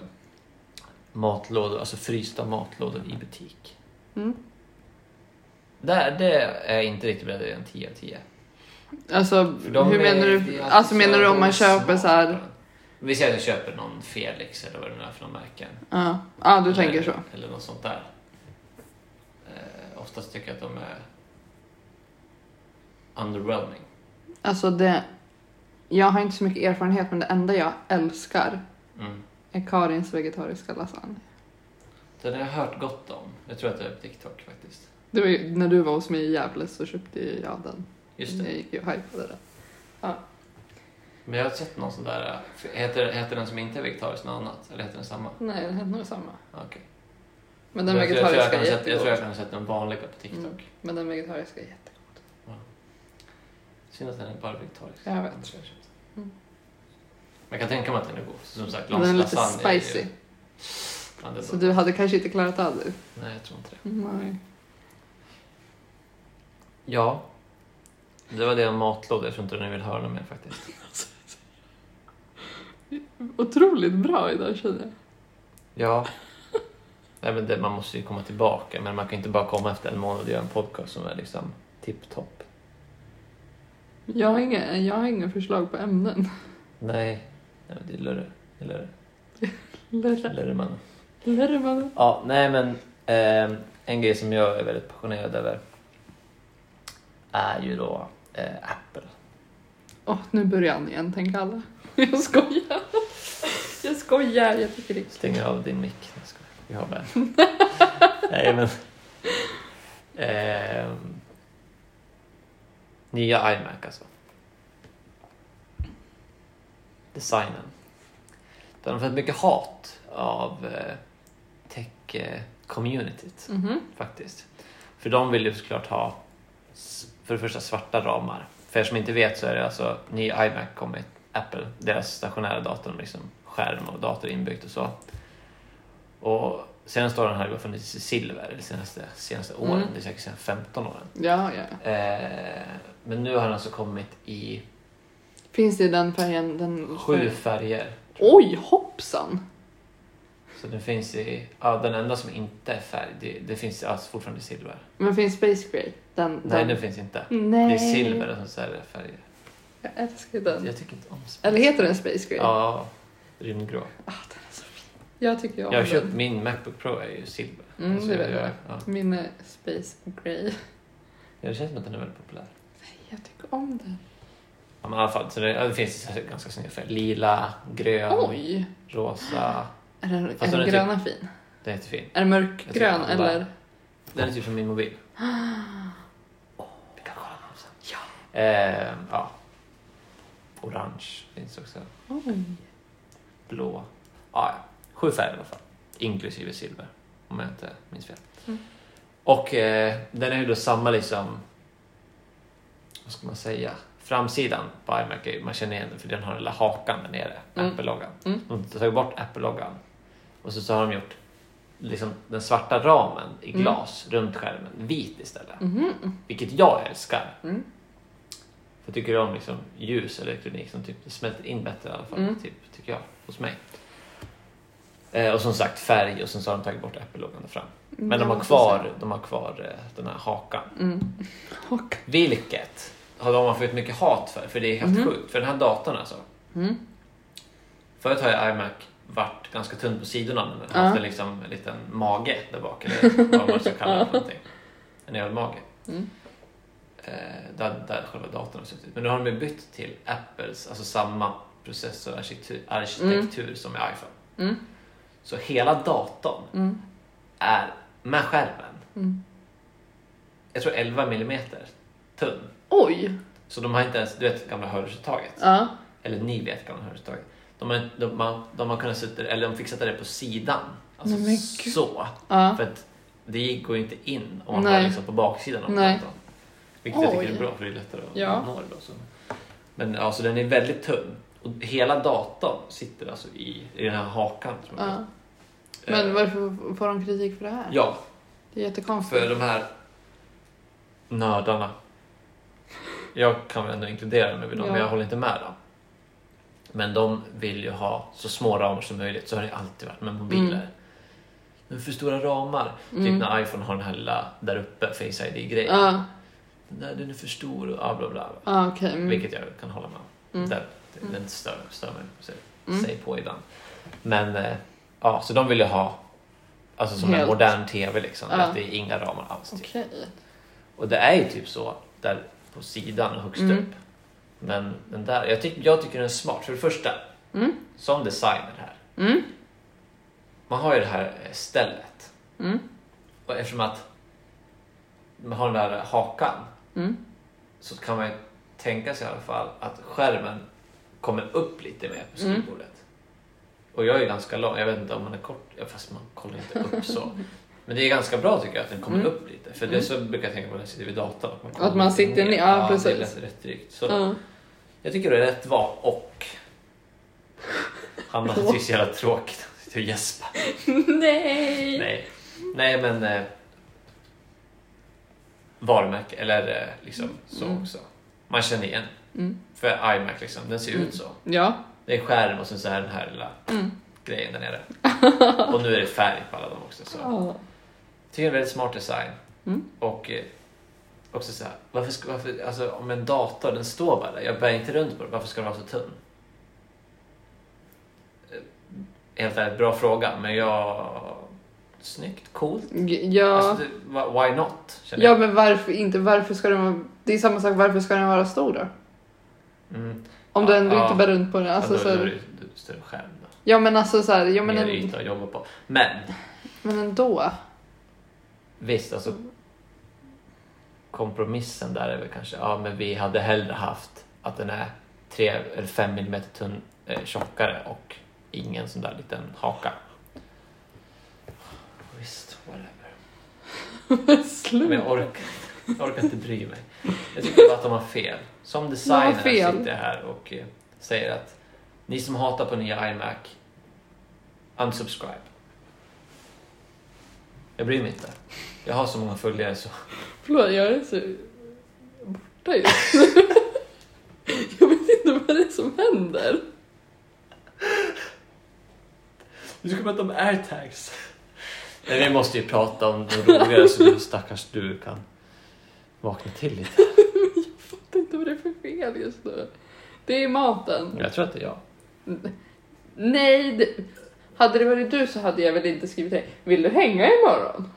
[SPEAKER 1] Matlådor, alltså frysta matlådor i butik.
[SPEAKER 2] Mm.
[SPEAKER 1] Där, det är jag inte riktigt beredd att ge en 10 av 10.
[SPEAKER 2] Alltså,
[SPEAKER 1] För de
[SPEAKER 2] hur
[SPEAKER 1] är-
[SPEAKER 2] menar
[SPEAKER 1] det
[SPEAKER 2] du?
[SPEAKER 1] är
[SPEAKER 2] Alltså menar du om man
[SPEAKER 1] så
[SPEAKER 2] köper så här?
[SPEAKER 1] smarta. Vi säger att jag köper någon Felix eller vad det nu är för någon märken.
[SPEAKER 2] Ja, ja du
[SPEAKER 1] eller,
[SPEAKER 2] tänker så.
[SPEAKER 1] Eller något sånt där. Eh, oftast tycker jag att de är underwhelming.
[SPEAKER 2] Alltså det, jag har inte så mycket erfarenhet men det enda jag älskar
[SPEAKER 1] Mm.
[SPEAKER 2] är Karins vegetariska lasagne.
[SPEAKER 1] Den har jag hört gott om. Jag tror att det är på TikTok faktiskt.
[SPEAKER 2] Det var ju, när du var hos mig i Gävle så köpte ju jag den.
[SPEAKER 1] Just det.
[SPEAKER 2] Jag gick ju och hypade den.
[SPEAKER 1] Men jag har sett någon sån där. eh, Heter, heter den som inte är vegetarisk något annat? Eller heter den samma?
[SPEAKER 2] Nej, det hände nog samma.
[SPEAKER 1] Okej.
[SPEAKER 2] Men den
[SPEAKER 1] jag, tror- jag, tror jag,
[SPEAKER 2] vegetariska
[SPEAKER 1] kan
[SPEAKER 2] är
[SPEAKER 1] ha sett, jag tror jag
[SPEAKER 2] jättegod.
[SPEAKER 1] kan ha sett den vanliga på TikTok.
[SPEAKER 2] Mm. Men den vegetariska är jättegod.
[SPEAKER 1] Synd att den är bara vegetarisk.
[SPEAKER 2] Jag vet.
[SPEAKER 1] tror jag köpte.
[SPEAKER 2] Mm.
[SPEAKER 1] Men jag kan tänka mig att den är god. Som sagt,
[SPEAKER 2] Den är lite
[SPEAKER 1] lasagne är ju-
[SPEAKER 2] spicy.
[SPEAKER 1] Ja, det är
[SPEAKER 2] Så
[SPEAKER 1] bra.
[SPEAKER 2] du hade kanske inte klarat av det.
[SPEAKER 1] Nej, jag tror inte det.
[SPEAKER 2] Nej.
[SPEAKER 1] Ja. Det var det om matlådor. Jag tror inte ni vill höra något mer faktiskt.
[SPEAKER 2] Otroligt bra idag känner jag.
[SPEAKER 1] Ja. Nej, men det, man måste ju komma tillbaka, men man kan inte bara komma efter en månad och göra en podcast som är liksom tipptopp.
[SPEAKER 2] Jag har, inga, jag har inga förslag på ämnen.
[SPEAKER 1] Nej. Nej, men det är lurre. Det är lurre.
[SPEAKER 2] Lärare-
[SPEAKER 1] Lurre man.
[SPEAKER 2] lärare man.
[SPEAKER 1] Ja, nej men ehm, en grej som jag är väldigt passionerad över är ju då eh, Apple.
[SPEAKER 2] Åh, nu börjar han igen, tänk alla. Jag skojar. Jag skojar, jag tycker det är kul.
[SPEAKER 1] Stänger av din mick. Nej, jag skojar. Vi har bara en. Nej, men. Ehm, nya iMac alltså. designen. Den har fått mycket hat av eh, tech-communityt
[SPEAKER 2] Mhm.
[SPEAKER 1] faktiskt. För de vill ju såklart ha s- för det första svarta ramar. För er som inte vet så är det alltså ny iMac kom med Apple, deras stationära dator med liksom skärm och dator inbyggt och så. Och senaste åren har det bara funnits i silver, de senaste, senaste åren,
[SPEAKER 2] Mm.
[SPEAKER 1] det är säkert senaste 15 åren.
[SPEAKER 2] Ja, ja.
[SPEAKER 1] Eh, men nu har den alltså kommit i
[SPEAKER 2] Finns det i den färgen? Den
[SPEAKER 1] sju färger.
[SPEAKER 2] Oj, hoppsan!
[SPEAKER 1] Så den finns i, ja den enda som inte är färg, det, det finns alltså fortfarande i silver.
[SPEAKER 2] Men finns Space Grey? Den,
[SPEAKER 1] Nej,
[SPEAKER 2] den.
[SPEAKER 1] den finns inte.
[SPEAKER 2] Nej.
[SPEAKER 1] Det är silver och så är det färger.
[SPEAKER 2] Jag älskar den.
[SPEAKER 1] Jag tycker inte om space.
[SPEAKER 2] Eller heter den Space Ah, Grey?
[SPEAKER 1] Ja, rymdgrå.
[SPEAKER 2] Jag tycker om
[SPEAKER 1] Jag har
[SPEAKER 2] den.
[SPEAKER 1] köpt min Macbook Pro är ju silver. Alltså,
[SPEAKER 2] Mm, det vet
[SPEAKER 1] jag,
[SPEAKER 2] jag.
[SPEAKER 1] Ja.
[SPEAKER 2] Min är Space Grey.
[SPEAKER 1] Ja, det känns som att den är väldigt populär.
[SPEAKER 2] Jag tycker om den.
[SPEAKER 1] Ja, men i alla fall, så det, ja, det finns så här ganska snygga färger. Lila, grön,
[SPEAKER 2] Oj!
[SPEAKER 1] rosa.
[SPEAKER 2] Är den, är
[SPEAKER 1] den är
[SPEAKER 2] den
[SPEAKER 1] typ-
[SPEAKER 2] gröna fin?
[SPEAKER 1] Den är jättefin.
[SPEAKER 2] Är den
[SPEAKER 1] Jag tycker
[SPEAKER 2] mörkgrön
[SPEAKER 1] alla-
[SPEAKER 2] eller?
[SPEAKER 1] Den är typ som min mobil. Vi kan kolla den sen. Ja. Eh, ja. Orange finns också.
[SPEAKER 2] Oj.
[SPEAKER 1] Blå. Ja, ja. Sju färger i alla fall. Inklusive silver. Om jag inte minns fel.
[SPEAKER 2] Mm.
[SPEAKER 1] Och eh, den är ju då samma liksom... Vad ska man säga? Framsidan på iMac, är ju- man känner igen den för den har den lilla hakan där nere.
[SPEAKER 2] Mm.
[SPEAKER 1] Apple-loggan.
[SPEAKER 2] Mm.
[SPEAKER 1] De har tagit bort Apple-loggan. Och så, så har de gjort liksom den svarta ramen i
[SPEAKER 2] Mm.
[SPEAKER 1] glas runt skärmen vit istället.
[SPEAKER 2] Mhm.
[SPEAKER 1] Vilket jag älskar.
[SPEAKER 2] Mm.
[SPEAKER 1] För jag tycker om liksom ljus eller elektronik som typ smälter in bättre i alla fall,
[SPEAKER 2] Mm.
[SPEAKER 1] typ, tycker jag, hos mig. Eh, och som sagt färg och sen så har de tagit bort Apple-loggan där fram. Men de har kvar, de har kvar eh, den här hakan.
[SPEAKER 2] Mm. Och,
[SPEAKER 1] Vilket har de fått mycket hat för, för det är helt
[SPEAKER 2] Mhm.
[SPEAKER 1] sjukt. För den här datorn alltså.
[SPEAKER 2] mm.
[SPEAKER 1] Förut har ju iMac varit ganska tunn på sidorna men den har
[SPEAKER 2] Ja.
[SPEAKER 1] haft en, liksom, en liten mage där bak eller vad man ska kalla det för någonting. En ölmage.
[SPEAKER 2] Mm.
[SPEAKER 1] Eh, där, där själva datorn har suttit. Men nu har de ju bytt till Apples, alltså samma processorarkitektur arkitektur som i iPhone.
[SPEAKER 2] Mm.
[SPEAKER 1] Så hela datorn
[SPEAKER 2] Mm.
[SPEAKER 1] är med skärmen,
[SPEAKER 2] Mm.
[SPEAKER 1] jag tror 11 millimeter tunn.
[SPEAKER 2] Oj!
[SPEAKER 1] Så de har inte ens, du vet gamla hörlursuttaget?
[SPEAKER 2] Ja.
[SPEAKER 1] eller ni vet gamla hörlursuttaget. De har, de, har, de har kunnat sätta eller de fick sätta det på sidan. Alltså
[SPEAKER 2] Nej, men gud.
[SPEAKER 1] så.
[SPEAKER 2] ja.
[SPEAKER 1] För att det går ju inte in om man
[SPEAKER 2] Nej.
[SPEAKER 1] har liksom på baksidan av
[SPEAKER 2] Nej.
[SPEAKER 1] datorn. Vilket jag tycker
[SPEAKER 2] Oj.
[SPEAKER 1] är bra för det är lättare att
[SPEAKER 2] Ja.
[SPEAKER 1] nå det då. Så. Men alltså den är väldigt tunn. Och hela datorn sitter alltså i, i den här hakan. Som jag
[SPEAKER 2] ja.
[SPEAKER 1] kallar.
[SPEAKER 2] Men
[SPEAKER 1] Eh,
[SPEAKER 2] varför får de kritik för det här?
[SPEAKER 1] Ja,
[SPEAKER 2] Det är jättekonstigt. Mm.
[SPEAKER 1] för de här nördarna. Jag kan väl ändå inkludera mig vid dem,
[SPEAKER 2] Ja.
[SPEAKER 1] men jag håller inte med dem. Men de vill ju ha så små ramar som möjligt, så har det alltid varit med mobiler.
[SPEAKER 2] Mm.
[SPEAKER 1] Men för stora ramar,
[SPEAKER 2] Mm.
[SPEAKER 1] typ när iPhone har den här lilla där uppe, Face ID-grejen.
[SPEAKER 2] Ja,
[SPEAKER 1] Den, där, den är för stor och bla bla bla.
[SPEAKER 2] ja okej. Mm.
[SPEAKER 1] Vilket jag kan hålla med om.
[SPEAKER 2] Mm.
[SPEAKER 1] Där, den den stör, stör mig, så,
[SPEAKER 2] Mm.
[SPEAKER 1] säg på ibland. Men eh, ja, så de vill ju ha alltså som en
[SPEAKER 2] Helt.
[SPEAKER 1] modern TV liksom.
[SPEAKER 2] Ja.
[SPEAKER 1] Att det är inga ramar alls. Typ.
[SPEAKER 2] Okej.
[SPEAKER 1] Och det är ju typ så där på sidan och högst
[SPEAKER 2] Mm.
[SPEAKER 1] upp. Men den där, jag, tyck, jag tycker den är smart. För det första,
[SPEAKER 2] Mm.
[SPEAKER 1] som designer här.
[SPEAKER 2] Mm.
[SPEAKER 1] Man har ju det här eh, stället.
[SPEAKER 2] Mm.
[SPEAKER 1] Och eftersom att man har den där hakan
[SPEAKER 2] Mm.
[SPEAKER 1] så kan man ju tänka sig i alla fall att skärmen kommer upp lite mer
[SPEAKER 2] Mm.
[SPEAKER 1] på skrivbordet. Och jag är ganska lång, jag vet inte om man är kort, ja, fast man kollar inte upp så. Men det är ganska bra tycker jag att den kommer
[SPEAKER 2] Mm.
[SPEAKER 1] upp lite. För det så brukar jag tänka på när jag sitter vid datorn. Att man,
[SPEAKER 2] Att
[SPEAKER 1] kommer
[SPEAKER 2] man
[SPEAKER 1] lite
[SPEAKER 2] sitter ner, ja,
[SPEAKER 1] Det är
[SPEAKER 2] precis.
[SPEAKER 1] rätt, rätt drygt. Så
[SPEAKER 2] Ja.
[SPEAKER 1] Jag tycker det är rätt val och... Hanna tycker det är så jävla tråkigt. Hon sitter och gäspar.
[SPEAKER 2] Nej!
[SPEAKER 1] Nej. Nej, men... Eh, varumärke, eller eh, liksom så
[SPEAKER 2] Mm.
[SPEAKER 1] också. Man känner igen.
[SPEAKER 2] Mm.
[SPEAKER 1] För iMac, liksom, den ser
[SPEAKER 2] Mm.
[SPEAKER 1] ut så.
[SPEAKER 2] Ja.
[SPEAKER 1] Det är skärm och sen så här den här lilla
[SPEAKER 2] Mm.
[SPEAKER 1] grejen där nere. och nu är det färg på alla dem också. Så.
[SPEAKER 2] Ja.
[SPEAKER 1] Tycker det är en väldigt smart design.
[SPEAKER 2] Mm.
[SPEAKER 1] Och eh, också så här, varför, ska, varför alltså, om en dator, den står bara där, jag bär inte runt på den, varför ska den vara så tunn? Eh, Helt ärligt, bra fråga, men jag... Snyggt, coolt.
[SPEAKER 2] G- Ja.
[SPEAKER 1] Alltså, det, why- why not? Känner
[SPEAKER 2] ja, men varför inte? Varför ska den vara... Det är samma sak, varför ska den vara stor då?
[SPEAKER 1] jag. Mm.
[SPEAKER 2] Om
[SPEAKER 1] Ja,
[SPEAKER 2] den
[SPEAKER 1] ja.
[SPEAKER 2] inte bär runt på den. Alltså,
[SPEAKER 1] ja,
[SPEAKER 2] så
[SPEAKER 1] då, då är det
[SPEAKER 2] här,
[SPEAKER 1] ju större skärm då.
[SPEAKER 2] ja men alltså så här, ja, men,
[SPEAKER 1] Mer
[SPEAKER 2] en,
[SPEAKER 1] yta att jobba på. Men
[SPEAKER 2] men ändå.
[SPEAKER 1] Visst, alltså kompromissen där är väl kanske, ja men vi hade hellre haft att den är tre eller fem millimeter tunn eh, tjockare och ingen sån där liten haka. Visst, whatever. Men
[SPEAKER 2] Sluta.
[SPEAKER 1] jag orkar, jag orkar inte bry mig. Jag tycker bara att de har fel. Som designer
[SPEAKER 2] fel.
[SPEAKER 1] sitter jag här och eh, säger att ni som hatar på nya iMac, unsubscribe. Jag bryr mig inte. Jag har så många följare så
[SPEAKER 2] Förlåt, jag är så borta just nu. Jag vet inte vad det är som händer.
[SPEAKER 1] Vi ska prata om airtags. Nej, vi måste ju prata om det roligare så du stackars du kan vakna till lite.
[SPEAKER 2] Jag vet inte vad det är för fel just nu. Det är maten.
[SPEAKER 1] Jag tror att det är jag.
[SPEAKER 2] Nej, det... hade det varit du så hade jag väl inte skrivit det. Vill du hänga imorgon?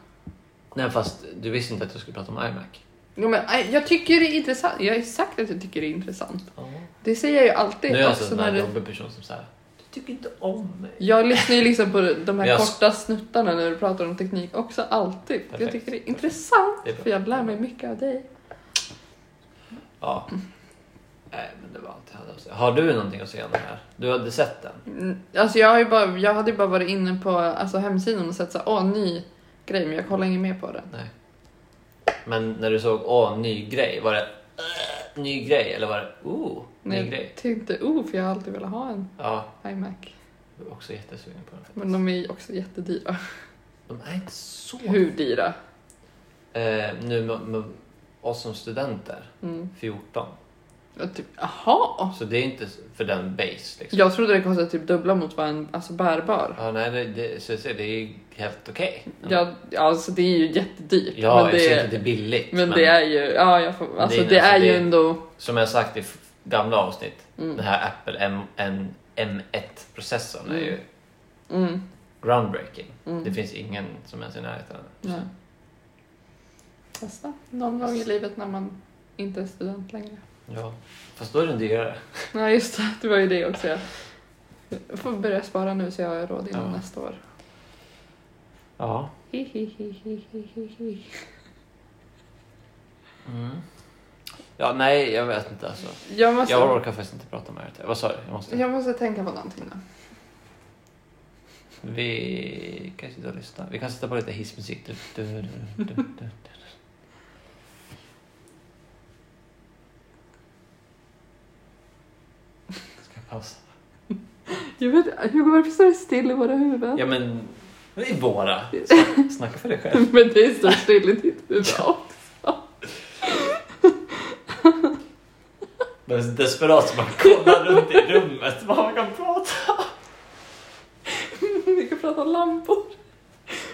[SPEAKER 1] Nej, fast du visste inte att jag skulle prata om iMac.
[SPEAKER 2] Jo, men, aj, jag tycker det är intressant. Jag har ju sagt att jag tycker det är intressant. Det säger jag ju alltid.
[SPEAKER 1] Nu är jag
[SPEAKER 2] också
[SPEAKER 1] alltså en sån här jobbig person som säger Du tycker inte om mig.
[SPEAKER 2] Jag lyssnar ju liksom på de här
[SPEAKER 1] Jag-
[SPEAKER 2] korta snuttarna när du pratar om teknik också, alltid. Jag
[SPEAKER 1] Perfekt.
[SPEAKER 2] tycker det är intressant,
[SPEAKER 1] Det är bra.
[SPEAKER 2] för jag lär mig mycket av dig.
[SPEAKER 1] Ja. Nej, men det var allt jag hade att säga. Har du någonting att säga om den här? Du hade sett den?
[SPEAKER 2] Mm, Alltså jag, har ju bara, jag hade ju bara varit inne på alltså, hemsidan och sett så här, åh, ny grej, men jag kollar inget mer på den.
[SPEAKER 1] Nej. Men när du såg åh, ny grej, var det "Äh, ny grej eller var det oh, ny
[SPEAKER 2] Men jag
[SPEAKER 1] grej?
[SPEAKER 2] tänkte, oh, för jag har alltid velat ha en
[SPEAKER 1] Ja,
[SPEAKER 2] iMac.
[SPEAKER 1] jag var också jättesugen på den. faktiskt.
[SPEAKER 2] Men de är ju också jättedyra.
[SPEAKER 1] De är inte så
[SPEAKER 2] Hur dyra?
[SPEAKER 1] eh, nu med, med oss som studenter,
[SPEAKER 2] Mm.
[SPEAKER 1] 14.
[SPEAKER 2] Ja, typ, aha.
[SPEAKER 1] Så det är inte för den base. Liksom.
[SPEAKER 2] Jag trodde det kostade typ dubbla mot vad en alltså, bärbar.
[SPEAKER 1] Ja, nej, det, det, så jag säger, det är ju helt okej.
[SPEAKER 2] Ja, alltså det är ju jättedyrt.
[SPEAKER 1] ja
[SPEAKER 2] men
[SPEAKER 1] jag
[SPEAKER 2] det,
[SPEAKER 1] säger inte att det är billigt.
[SPEAKER 2] Men det är ju, ja jag får, alltså det,
[SPEAKER 1] Det är- alltså,
[SPEAKER 2] är ju
[SPEAKER 1] det-
[SPEAKER 2] ändå,
[SPEAKER 1] Som jag sagt i f- gamla avsnitt,
[SPEAKER 2] Mm.
[SPEAKER 1] den här Apple M, M, M1-processorn är ju
[SPEAKER 2] mm,
[SPEAKER 1] groundbreaking.
[SPEAKER 2] mm.
[SPEAKER 1] Det finns ingen som ens är i närheten av den.
[SPEAKER 2] Nej. Testa någon gång i livet när man inte är student längre.
[SPEAKER 1] Ja. Fast då är den dyrare.
[SPEAKER 2] Nej just det, det var ju det också. Jag jag får börja spara nu så jag har råd innan
[SPEAKER 1] Ja.
[SPEAKER 2] nästa år.
[SPEAKER 1] Ja.
[SPEAKER 2] Hi, hi, hi, hi, hi, hi, hi.
[SPEAKER 1] Mm. Ja, nej, jag vet inte alltså.
[SPEAKER 2] Jag måste,
[SPEAKER 1] Jag
[SPEAKER 2] jag,
[SPEAKER 1] orkar faktiskt inte prata mer. Vad sa du? Jag måste...
[SPEAKER 2] måste tänka på någonting nu.
[SPEAKER 1] Vi kan sitta och lyssna. Vi kan sätta på lite hissmusik. Du, du, du, du, du, du. Ska jag pausa?
[SPEAKER 2] Jag vet, Hugo varför står det still i våra huvuden?
[SPEAKER 1] Ja men, det är våra. Sna- Snacka för dig själv.
[SPEAKER 2] Men det står still i ditt huvud också.
[SPEAKER 1] Men det är så desperat som man kollar runt i rummet vad man kan prata
[SPEAKER 2] Vi kan prata om lampor.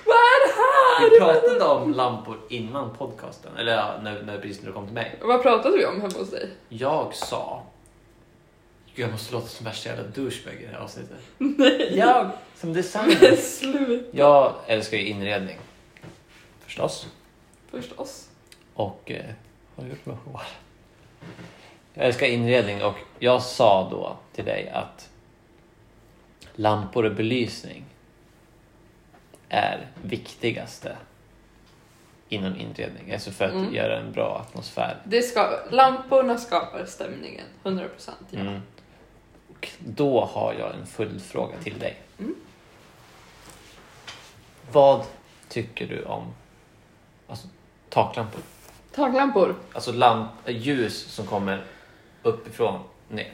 [SPEAKER 2] Vad är det här?
[SPEAKER 1] Vi pratade om lampor innan podcasten, eller ja, när, när, precis när du kom till mig.
[SPEAKER 2] Vad pratade vi om hemma hos dig?
[SPEAKER 1] Jag sa... Gud, jag måste låta som värsta jävla douchebag i det här avsnittet.
[SPEAKER 2] Nej.
[SPEAKER 1] Jag som designer.
[SPEAKER 2] Men slut
[SPEAKER 1] Jag älskar ju inredning. Förstås.
[SPEAKER 2] förstås.
[SPEAKER 1] Och... Eh, har du gjort mig själv? Jag älskar inredning och jag sa då till dig att lampor och belysning är viktigaste inom inredning. Alltså för att
[SPEAKER 2] Mm.
[SPEAKER 1] göra en bra atmosfär.
[SPEAKER 2] Det ska, lamporna skapar stämningen, 100 procent. Ja.
[SPEAKER 1] Mm. Och då har jag en följdfråga till dig.
[SPEAKER 2] Mm.
[SPEAKER 1] Vad tycker du om alltså, taklampor?
[SPEAKER 2] Taklampor.
[SPEAKER 1] Alltså lamp, ljus som kommer uppifrån ner.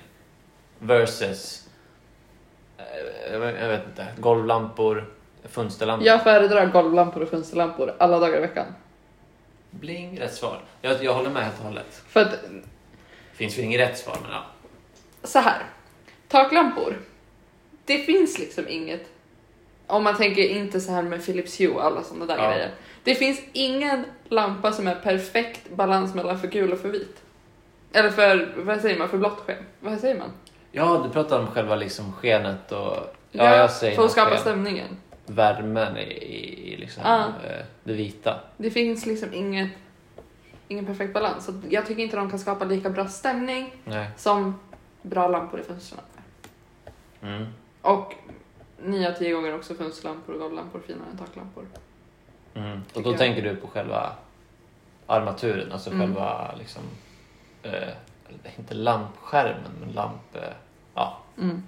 [SPEAKER 1] Versus, eh, jag vet jag vet inte, golvlampor, fönsterlampor.
[SPEAKER 2] Jag föredrar golvlampor och fönsterlampor alla dagar i veckan.
[SPEAKER 1] Bling, rätt svar. Jag, jag håller med helt och hållet.
[SPEAKER 2] För att,
[SPEAKER 1] Finns väl inget rätt svar, men ja.
[SPEAKER 2] så här. Taklampor. Det finns liksom inget. Om man tänker inte så här med Philips Hue och alla sådana där
[SPEAKER 1] Ja.
[SPEAKER 2] grejer. Det finns ingen lampa som är perfekt balans mellan för gul och för vit. Eller för, vad säger man, för blått sken? Vad säger man?
[SPEAKER 1] Ja, du pratar om själva liksom skenet och... Ja, jag säger
[SPEAKER 2] för att
[SPEAKER 1] nog
[SPEAKER 2] skapa
[SPEAKER 1] sken.
[SPEAKER 2] stämningen.
[SPEAKER 1] värmen i, i, i liksom,
[SPEAKER 2] Ja.
[SPEAKER 1] eh, det vita.
[SPEAKER 2] Det finns liksom inget, ingen perfekt balans. Så jag tycker inte de kan skapa lika bra stämning
[SPEAKER 1] Nej.
[SPEAKER 2] som bra lampor i fönstren.
[SPEAKER 1] Mm.
[SPEAKER 2] Och nio av tio gånger också fönsterlampor och golvlampor finare än taklampor.
[SPEAKER 1] Mm. Och
[SPEAKER 2] Tycker
[SPEAKER 1] då
[SPEAKER 2] jag.
[SPEAKER 1] tänker du på själva armaturen, alltså
[SPEAKER 2] Mm.
[SPEAKER 1] själva liksom, eh, inte lampskärmen, men lamp... eh, Ja,
[SPEAKER 2] Mm.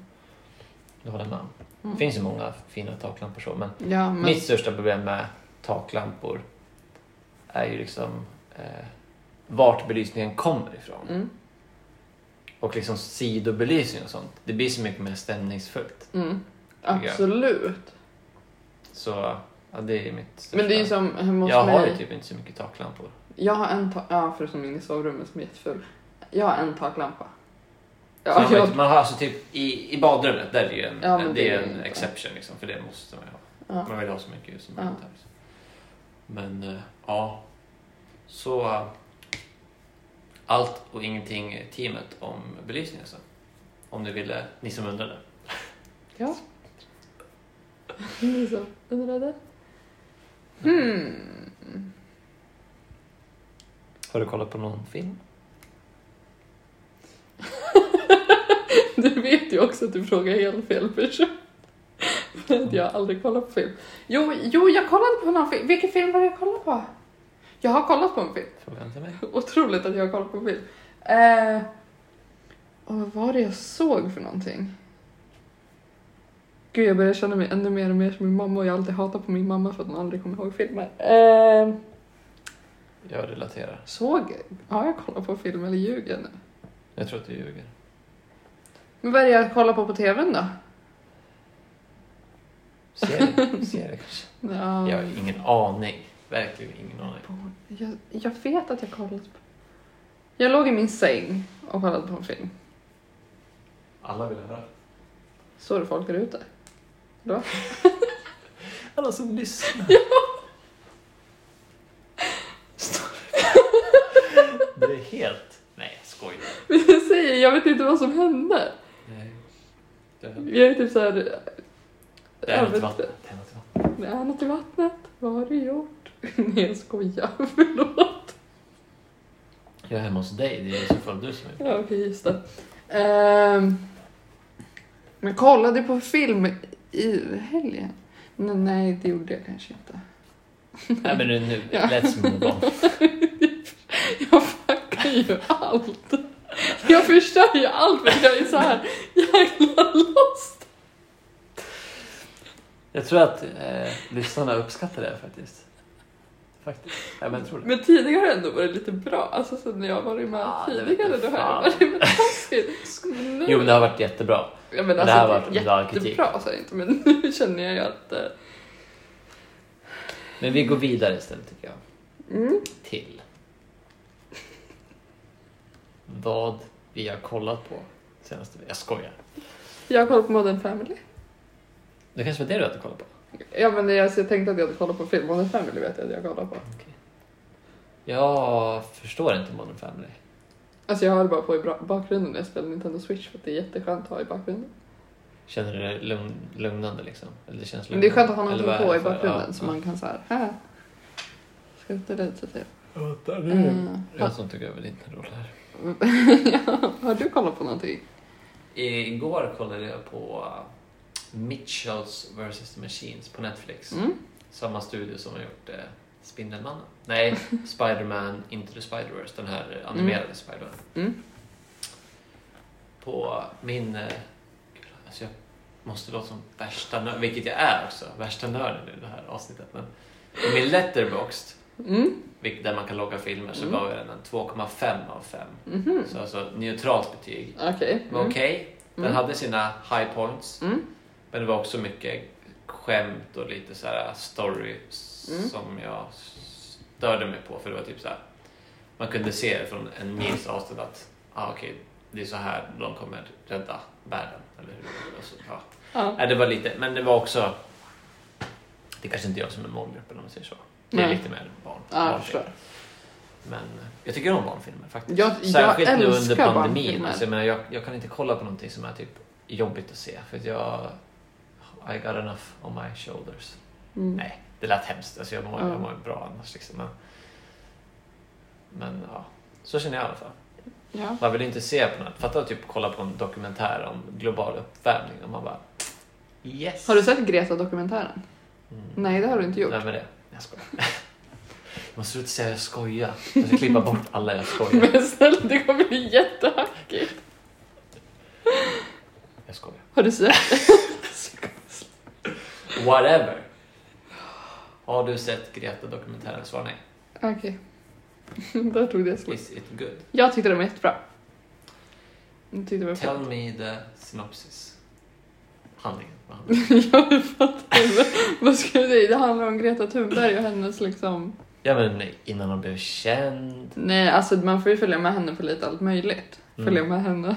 [SPEAKER 1] du håller med. Det
[SPEAKER 2] Mm.
[SPEAKER 1] finns ju många fina taklampor så, men
[SPEAKER 2] Ja, men...
[SPEAKER 1] Mitt största problem med taklampor är ju liksom eh, vart belysningen kommer ifrån.
[SPEAKER 2] Mm.
[SPEAKER 1] Och liksom sidobelysning och sånt. Det blir så mycket mer stämningsfullt.
[SPEAKER 2] Mm. Absolut.
[SPEAKER 1] Så ja, det är mitt största.
[SPEAKER 2] Men det är ju som hemma hos
[SPEAKER 1] Jag
[SPEAKER 2] mig.
[SPEAKER 1] har ju typ inte så mycket taklampor.
[SPEAKER 2] Jag har en ta- ja, förutom min i sovrummet som är jätteful. Jag har en taklampa.
[SPEAKER 1] Så
[SPEAKER 2] Ja,
[SPEAKER 1] man, har,
[SPEAKER 2] jag,
[SPEAKER 1] man har alltså typ i, i badrummet, där är det ju en,
[SPEAKER 2] Ja, men
[SPEAKER 1] det
[SPEAKER 2] det
[SPEAKER 1] är
[SPEAKER 2] är
[SPEAKER 1] en
[SPEAKER 2] inte.
[SPEAKER 1] exception liksom, för det måste man ju ha.
[SPEAKER 2] ja.
[SPEAKER 1] Man vill ha så mycket ljus som
[SPEAKER 2] Ja.
[SPEAKER 1] möjligt. här, Liksom. Men eh, ja, så eh, allt och ingenting teamet om belysning alltså. Om ni ville, ni som undrade.
[SPEAKER 2] ja. Ni som undrade? Hmm.
[SPEAKER 1] Har du kollat på någon film?
[SPEAKER 2] Du vet ju också att du frågar helt fel person. För att jag har aldrig kollat på film. Jo, jo, jag kollade på någon film. Vilken film har jag kollat på? Jag har kollat på en film.
[SPEAKER 1] Fråga inte mig.
[SPEAKER 2] Otroligt att jag har kollat på en film. Eh, och vad var det jag såg för någonting? Gud, jag börjar känna mig ännu mer och mer som min mamma och jag har alltid hatat på min mamma för att hon aldrig kommer ihåg filmer. Eh,
[SPEAKER 1] Jag relaterar.
[SPEAKER 2] såg? Har jag kollat på film eller ljuger jag nu?
[SPEAKER 1] Jag tror att du ljuger.
[SPEAKER 2] Men vad är det jag kollar på på tvn då?
[SPEAKER 1] Serie, serie kanske.
[SPEAKER 2] Ja.
[SPEAKER 1] Jag har ingen aning. Verkligen ingen aning.
[SPEAKER 2] Jag, jag vet att jag kollade på... Jag låg i min säng och kollade på en film.
[SPEAKER 1] Alla vill höra.
[SPEAKER 2] Såg det folk där ute? Då?
[SPEAKER 1] Alla som lyssnar. Står- Det är helt... Nej, jag skojar.
[SPEAKER 2] Men jag säger, jag vet inte vad som hände.
[SPEAKER 1] Nej. Det är-
[SPEAKER 2] Jag är typ såhär...
[SPEAKER 1] Det är något i
[SPEAKER 2] vet-
[SPEAKER 1] vattnet. Det är något i vattnet.
[SPEAKER 2] Det är något i vattnet. Vad har du gjort? Nej, jag skojar. Förlåt.
[SPEAKER 1] Jag är hemma hos dig, det är i så fall du som är
[SPEAKER 2] Ja, okej, just det. Ehm, men jag kollade på film i helgen. Nej, nej, det gjorde jag kanske inte.
[SPEAKER 1] Nej men nu, nu
[SPEAKER 2] Mm. Ja.
[SPEAKER 1] let's move on.
[SPEAKER 2] Jag fuckar ju allt. Jag förstör ju allt för att jag är så här jäkla lost.
[SPEAKER 1] Jag tror att eh, lyssnarna uppskattar det faktiskt. Faktiskt. Ja, men jag tror det.
[SPEAKER 2] Men tidigare har det ändå varit lite bra. Alltså så när jag varit med
[SPEAKER 1] Ja, det vet
[SPEAKER 2] tidigare då
[SPEAKER 1] jag
[SPEAKER 2] har jag
[SPEAKER 1] fan.
[SPEAKER 2] varit med taskigt. Men nu-
[SPEAKER 1] Jo men det har varit jättebra.
[SPEAKER 2] Ja, men
[SPEAKER 1] Men
[SPEAKER 2] alltså,
[SPEAKER 1] det här har varit en bra kritik.
[SPEAKER 2] jättebra så jag inte, men nu känner jag ju att... eh,
[SPEAKER 1] Men vi går vidare istället tycker jag.
[SPEAKER 2] Mm.
[SPEAKER 1] Till. Vad vi har kollat på senaste veckan. Jag skojar.
[SPEAKER 2] Jag har kollat på Modern Family.
[SPEAKER 1] Det kanske var det du hade kollat på?
[SPEAKER 2] Ja, men det- alltså, jag tänkte att jag hade kollat på film. Modern Family vet jag att jag kollar på.
[SPEAKER 1] Jag förstår inte Modern Family.
[SPEAKER 2] Alltså jag har det bara på i bra- bakgrunden när jag spelar Nintendo Switch för att det är jätteskönt att ha i bakgrunden.
[SPEAKER 1] Känner du det lugn, lugnande liksom? Eller det känns
[SPEAKER 2] Men
[SPEAKER 1] lugnande?
[SPEAKER 2] det är skönt att ha
[SPEAKER 1] Eller vad
[SPEAKER 2] någonting
[SPEAKER 1] är
[SPEAKER 2] på
[SPEAKER 1] det
[SPEAKER 2] i
[SPEAKER 1] för-
[SPEAKER 2] bakgrunden så
[SPEAKER 1] ja,
[SPEAKER 2] man kan såhär... Äh, ska inte lite till.
[SPEAKER 1] ja.
[SPEAKER 2] Mm.
[SPEAKER 1] Jag som tog över din roll här.
[SPEAKER 2] Har du kollat på någonting?
[SPEAKER 1] Igår kollade jag på Mitchells vs. The Machines på Netflix.
[SPEAKER 2] Mm.
[SPEAKER 1] Samma studio som har gjort eh, Spindelmannen. Nej, Spider-Man Into the Spider-Verse. Den här eh, animerade Spider-Man.
[SPEAKER 2] Mm.
[SPEAKER 1] På min... eh, Gud, alltså jag måste låta som värsta nörden, vilket jag är också. Värsta nörden i det här avsnittet. Men i min Letterboxd,
[SPEAKER 2] Mm.
[SPEAKER 1] vilket- där man kan logga filmer, så
[SPEAKER 2] Mm.
[SPEAKER 1] gav jag den en 2,5 av 5.
[SPEAKER 2] Mhm.
[SPEAKER 1] Så alltså neutralt betyg.
[SPEAKER 2] Okej.
[SPEAKER 1] Det var
[SPEAKER 2] Mm.
[SPEAKER 1] okej. Den
[SPEAKER 2] Mm.
[SPEAKER 1] hade sina high points.
[SPEAKER 2] Mm.
[SPEAKER 1] Men det var också mycket skämt och lite så här story s-
[SPEAKER 2] Mm.
[SPEAKER 1] som jag störde mig på. För det var typ så här. Man kunde se det från en mils avstånd att ah, okej, det är så här de kommer rädda världen. Eller hur? Och så, ja.
[SPEAKER 2] Ja.
[SPEAKER 1] Nej, det var lite, men det var också... Det är kanske inte jag som är målgruppen om man säger så. Det är
[SPEAKER 2] Nej.
[SPEAKER 1] lite mer barn.
[SPEAKER 2] Ja, jag
[SPEAKER 1] barnfilm.
[SPEAKER 2] förstår.
[SPEAKER 1] Men eh, jag tycker om barnfilmer faktiskt.
[SPEAKER 2] Jag- jag
[SPEAKER 1] Särskilt nu under
[SPEAKER 2] älskar
[SPEAKER 1] pandemin.
[SPEAKER 2] barnfilmer.
[SPEAKER 1] Alltså, jag, menar, jag, jag kan inte kolla på någonting som är typ jobbigt att se. För att jag... I got enough on my shoulders.
[SPEAKER 2] Mm.
[SPEAKER 1] Nej, det lät hemskt. Alltså, jag mår
[SPEAKER 2] Ja.
[SPEAKER 1] jag mår ju bra annars. Liksom. Men, men ja, så känner jag i alla fall.
[SPEAKER 2] Ja.
[SPEAKER 1] Man vill inte se på något. Fatta att typ kolla på en dokumentär om global uppvärmning och man bara... Yes!
[SPEAKER 2] Har du sett Greta-dokumentären?
[SPEAKER 1] Mm.
[SPEAKER 2] Nej, det har du inte gjort.
[SPEAKER 1] Nej men det, jag skojar. Man slutar säga jag skojar. Jag ska klippa bort alla jag skojar.
[SPEAKER 2] Men snälla, det kommer bli jättehögt. precis.
[SPEAKER 1] Whatever. Har du sett Greta-dokumentären? Svara nej.
[SPEAKER 2] Okej. Där tog det slut.
[SPEAKER 1] Is it good?
[SPEAKER 2] Jag tyckte den var jättebra. Jag tyckte den var
[SPEAKER 1] Tell
[SPEAKER 2] bra.
[SPEAKER 1] me the synopsis. Handlingen. vad handlar
[SPEAKER 2] jag fattar inte. Vad ska jag säga? Det handlar om Greta Thunberg och hennes liksom...
[SPEAKER 1] det om? Ja, men innan hon blev känd.
[SPEAKER 2] Nej, alltså man får ju följa med henne på lite allt möjligt. Följa
[SPEAKER 1] Mm.
[SPEAKER 2] med henne.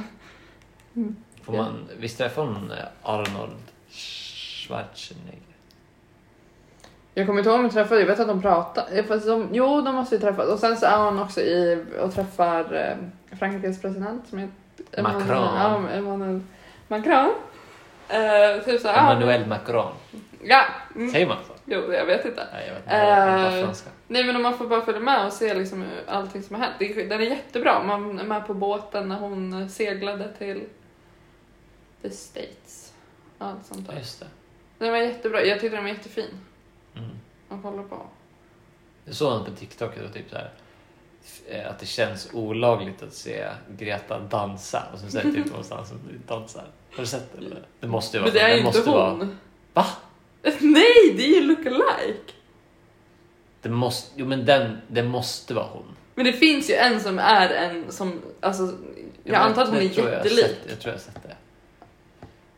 [SPEAKER 1] Får man, visst träffade hon eh, Arnold Schwarzenegger?
[SPEAKER 2] Jag kommer inte ihåg om de träffade, jag vet att de pratade. Fast de, jo, de måste ju träffas. Och sen så är hon också i och träffar eh, Frankrikes president som heter Emmanuel-
[SPEAKER 1] Macron.
[SPEAKER 2] Ja, Emmanuel Macron. Eh, typ så, här,
[SPEAKER 1] Emmanuel Macron.
[SPEAKER 2] Ja, mm,
[SPEAKER 1] Säger man så?
[SPEAKER 2] jo, jag vet inte.
[SPEAKER 1] Nej, jag vet inte. Jag kan
[SPEAKER 2] Eh.
[SPEAKER 1] inte franska.
[SPEAKER 2] Nej men om man får bara följa med och se liksom hur allting som har hänt. Det- Den är jättebra. Man är med på båten när hon seglade till the States. Ja, Allt sånt
[SPEAKER 1] Ja,
[SPEAKER 2] där.
[SPEAKER 1] just det.
[SPEAKER 2] Den var jättebra. Jag tyckte den var jättefin
[SPEAKER 1] Mm.
[SPEAKER 2] att kolla på.
[SPEAKER 1] Jag såg något på TikTok, det var typ så här, eh, att det känns olagligt att se Greta dansa och sen säger typ någonstans att du dansar. Har du sett det? Eller? Det måste ju vara
[SPEAKER 2] Men det är ju
[SPEAKER 1] måste
[SPEAKER 2] inte hon.
[SPEAKER 1] Vara, Va?
[SPEAKER 2] Nej, det är ju lookalike.
[SPEAKER 1] det måste, jo men den, det måste vara hon.
[SPEAKER 2] Men det finns ju en som är en som, alltså, jag,
[SPEAKER 1] men
[SPEAKER 2] antar att hon är
[SPEAKER 1] tror jag har
[SPEAKER 2] jättelik.
[SPEAKER 1] sett- Jag tror jag har sett det.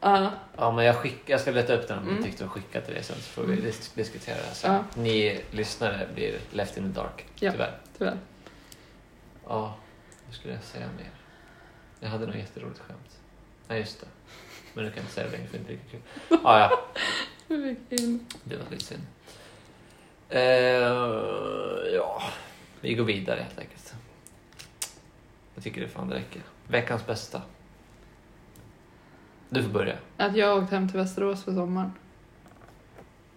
[SPEAKER 2] Ja,
[SPEAKER 1] Ja men jag, skick, jag ska leta upp den på
[SPEAKER 2] Mm.
[SPEAKER 1] TikTok och skicka till dig sen så får vi dis- diskutera det här sen.
[SPEAKER 2] Ja.
[SPEAKER 1] Ni lyssnare blir left in the dark,
[SPEAKER 2] Ja.
[SPEAKER 1] tyvärr.
[SPEAKER 2] tyvärr.
[SPEAKER 1] Ja, vad skulle jag säga mer? Jag hade något jätteroligt skämt. Nej, just det. Men du kan inte säga det längre för det är inte riktigt kul. Ah, ja,
[SPEAKER 2] Vilken-
[SPEAKER 1] det var lite synd. Eh, ja, vi går vidare helt enkelt. Jag tycker det fan det räcker. Veckans bästa. Du får börja.
[SPEAKER 2] Att jag åkte hem till Västerås för sommaren.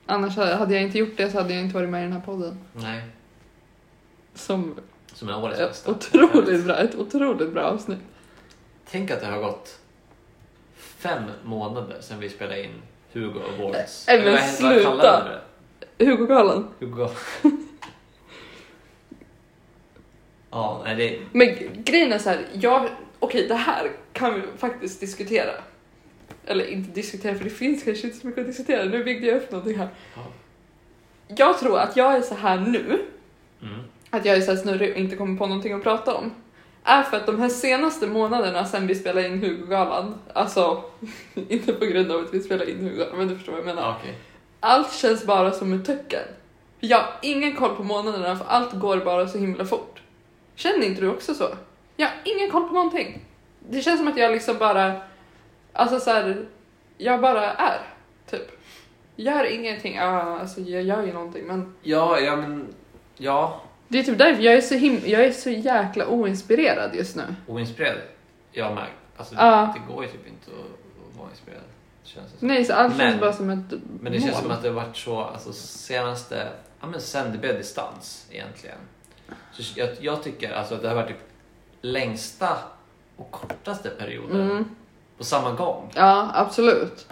[SPEAKER 2] Annars hade hade jag inte gjort det så hade jag inte varit med i den här podden.
[SPEAKER 1] Nej.
[SPEAKER 2] Som
[SPEAKER 1] Som är årets
[SPEAKER 2] ett
[SPEAKER 1] bästa.
[SPEAKER 2] otroligt bra, ett otroligt bra avsnitt.
[SPEAKER 1] Tänk att det har gått fem månader sedan vi spelade in Hugo Awards.
[SPEAKER 2] Nej, men
[SPEAKER 1] Eller vad- vad kallar
[SPEAKER 2] sluta.
[SPEAKER 1] du det?
[SPEAKER 2] Hugo-galan.
[SPEAKER 1] Hugo. ja, nej det...
[SPEAKER 2] Men g- grejen är så här, jag, okej det här kan vi faktiskt diskutera. Eller inte diskutera för det finns kanske inte så mycket att diskutera. Nu byggde jag upp någonting här.
[SPEAKER 1] Ja.
[SPEAKER 2] Jag tror att jag är så här nu,
[SPEAKER 1] Mm.
[SPEAKER 2] att jag är så här snurrig och inte kommer på någonting att prata om. Är för att de här senaste månaderna sen vi spelade in Hugo-galan, alltså inte på grund av att vi spelade in Hugo, men du förstår vad jag menar.
[SPEAKER 1] Ja, okej.
[SPEAKER 2] Allt känns bara som ett töcken. Jag har ingen koll på månaderna för allt går bara så himla fort. Känner inte du också så? Jag har ingen koll på någonting. Det känns som att jag liksom bara, alltså så här, jag bara är, typ. Gör ingenting, ja, alltså jag gör ju någonting men
[SPEAKER 1] Ja, ja men... Ja.
[SPEAKER 2] det är typ därför jag är så him- jag är så jäkla oinspirerad just nu.
[SPEAKER 1] Oinspirerad. Jag med. Alltså,
[SPEAKER 2] Ja.
[SPEAKER 1] Det går ju typ inte att, att vara inspirerad. Känns det som.
[SPEAKER 2] Nej, så allt känns
[SPEAKER 1] Men-
[SPEAKER 2] bara som ett
[SPEAKER 1] Men det känns
[SPEAKER 2] mål.
[SPEAKER 1] som att det har varit så, alltså senaste, ja men sen det blev distans egentligen. Så jag, jag tycker alltså att det har varit typ längsta och kortaste perioden
[SPEAKER 2] Mm,
[SPEAKER 1] på samma gång.
[SPEAKER 2] ja, absolut.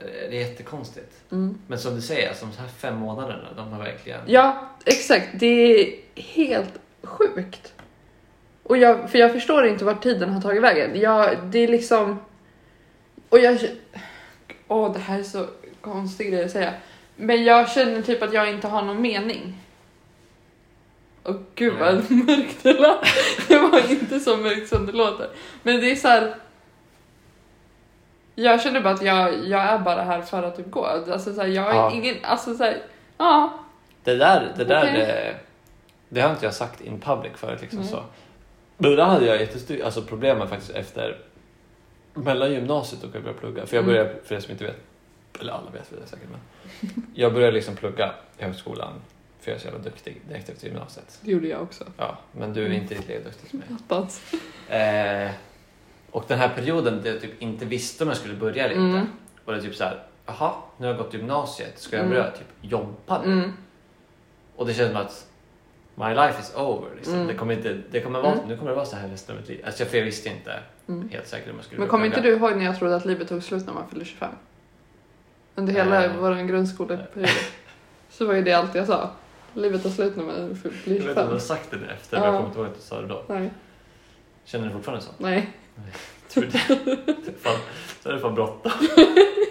[SPEAKER 1] Eh, Det är jättekonstigt.
[SPEAKER 2] Mm.
[SPEAKER 1] Men som du säger, alltså, de här fem månaderna, de har verkligen...
[SPEAKER 2] Ja, exakt. Det är helt sjukt. Och jag, för jag förstår inte vart tiden har tagit vägen. Jag, det är liksom... Och jag... Åh, det här är så konstig grej att säga. Men jag känner typ att jag inte har någon mening. Åh gud vad mörkt det lät. Det var inte så mörkt som det låter. Men det är så här... Jag känner bara att jag, jag är bara här för att typ gå. Alltså så här, jag har
[SPEAKER 1] Ja.
[SPEAKER 2] ingen... Alltså så här, ja.
[SPEAKER 1] Det där, det, där
[SPEAKER 2] Okej. Mm.
[SPEAKER 1] det, det har inte jag sagt in public förut. Liksom,
[SPEAKER 2] Nej.
[SPEAKER 1] så. Men där hade jag jättestor, alltså problem med faktiskt efter mellan gymnasiet och jag började plugga. För jag
[SPEAKER 2] Mm.
[SPEAKER 1] började, för er som inte vet, eller alla vet väl det säkert, men jag började liksom plugga i högskolan för jag är så jävla duktig direkt efter gymnasiet.
[SPEAKER 2] Det gjorde jag också.
[SPEAKER 1] Ja, men du är
[SPEAKER 2] Mm.
[SPEAKER 1] inte lika duktig som jag.
[SPEAKER 2] Attans.
[SPEAKER 1] Eh, och den här perioden där jag typ inte visste om jag skulle börja eller inte.
[SPEAKER 2] Mm.
[SPEAKER 1] Och det är typ så här, jaha, nu har jag gått gymnasiet, ska jag
[SPEAKER 2] Mm.
[SPEAKER 1] börja typ jobba nu?
[SPEAKER 2] Mm.
[SPEAKER 1] Och det känns som att my life is over. Liksom.
[SPEAKER 2] Mm.
[SPEAKER 1] Det kommer inte, det kommer vara,
[SPEAKER 2] Mm.
[SPEAKER 1] Nu kommer det vara så här resten av mitt liv. Alltså, för jag visste inte
[SPEAKER 2] Mm.
[SPEAKER 1] helt säkert om jag skulle
[SPEAKER 2] Men
[SPEAKER 1] bli
[SPEAKER 2] kommer inte
[SPEAKER 1] pluggare.
[SPEAKER 2] du ihåg när jag trodde att livet tog slut när man fyllde 25? Under hela
[SPEAKER 1] Eh.
[SPEAKER 2] vår grundskoleperiod så var ju det allt jag sa. Livet tar slut när man fyll- blir
[SPEAKER 1] Jag vet inte om du
[SPEAKER 2] 25.
[SPEAKER 1] har sagt det nu efter, men
[SPEAKER 2] Ja.
[SPEAKER 1] jag kommer inte ihåg att du sa det då.
[SPEAKER 2] Nej.
[SPEAKER 1] Känner du fortfarande så?
[SPEAKER 2] Nej.
[SPEAKER 1] Tror du det? Typ Fan, Så är det fan bråttom.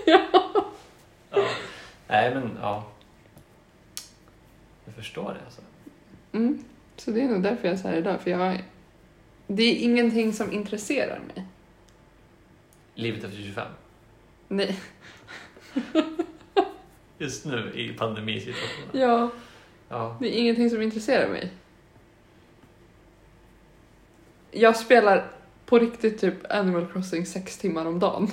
[SPEAKER 1] ja. Nej men ja. Jag förstår det alltså.
[SPEAKER 2] Mm. Så det är nog därför jag är så här idag, för jag har... Det är ingenting som intresserar mig.
[SPEAKER 1] Livet efter 25.
[SPEAKER 2] Nej.
[SPEAKER 1] Just nu i pandemisituationen.
[SPEAKER 2] Ja,
[SPEAKER 1] Ja.
[SPEAKER 2] det är ingenting som intresserar mig. Jag spelar på riktigt typ Animal Crossing sex timmar om dagen.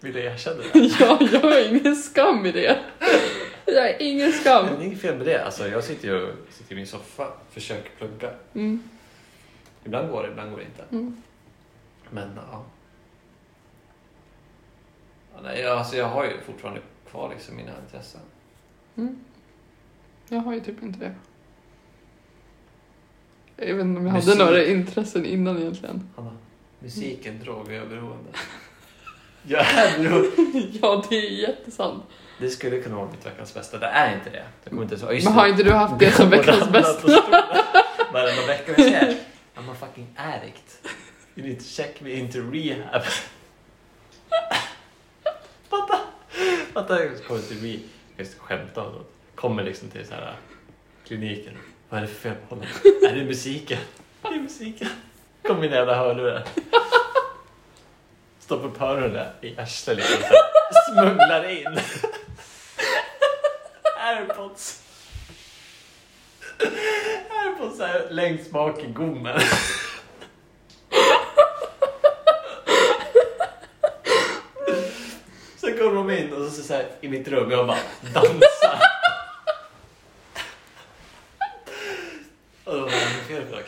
[SPEAKER 1] Vill du erkänna det?
[SPEAKER 2] Ja, jag har ingen skam i det. Jag har ingen skam.
[SPEAKER 1] Men det är inget fel med det. Alltså, jag sitter ju sitter i min soffa försöker plugga.
[SPEAKER 2] Mm.
[SPEAKER 1] Ibland går det, ibland går det inte.
[SPEAKER 2] Mm.
[SPEAKER 1] Men ja. ja nej, jag, alltså, jag har ju fortfarande kvar liksom mina intressen.
[SPEAKER 2] Mm. Jag har ju typ inte det. Jag vet inte om jag
[SPEAKER 1] Musik.
[SPEAKER 2] hade några intressen innan egentligen.
[SPEAKER 1] Hanna, musik
[SPEAKER 2] Mm.
[SPEAKER 1] är en drog och jag är beroende. Jag är beroende.
[SPEAKER 2] Ja, det är ju jättesant.
[SPEAKER 1] Det skulle kunna vara mitt veckans bästa. Det är inte det. Det kommer inte så. ja, just
[SPEAKER 2] Men
[SPEAKER 1] det.
[SPEAKER 2] har inte du haft det som veckans bästa?
[SPEAKER 1] Varenda vecka vi ser. I'm a fucking addict. You need to check me into rehab. Fatta! Fatta jag kommer till rehab. Jag ska skämta om sånt. Kommer liksom till så här kliniken. Vad är det för fel på honom? Är det musiken? Det är musiken. Kom mina jävla hörlurar. Stoppa upp hörlurarna i arslet liksom. så här. Smugglar in. Airpods. Här på så här, längst bak i gommen. Sen kommer de in och så, så, här i mitt rum jag bara dansar. Och då var det fel på det.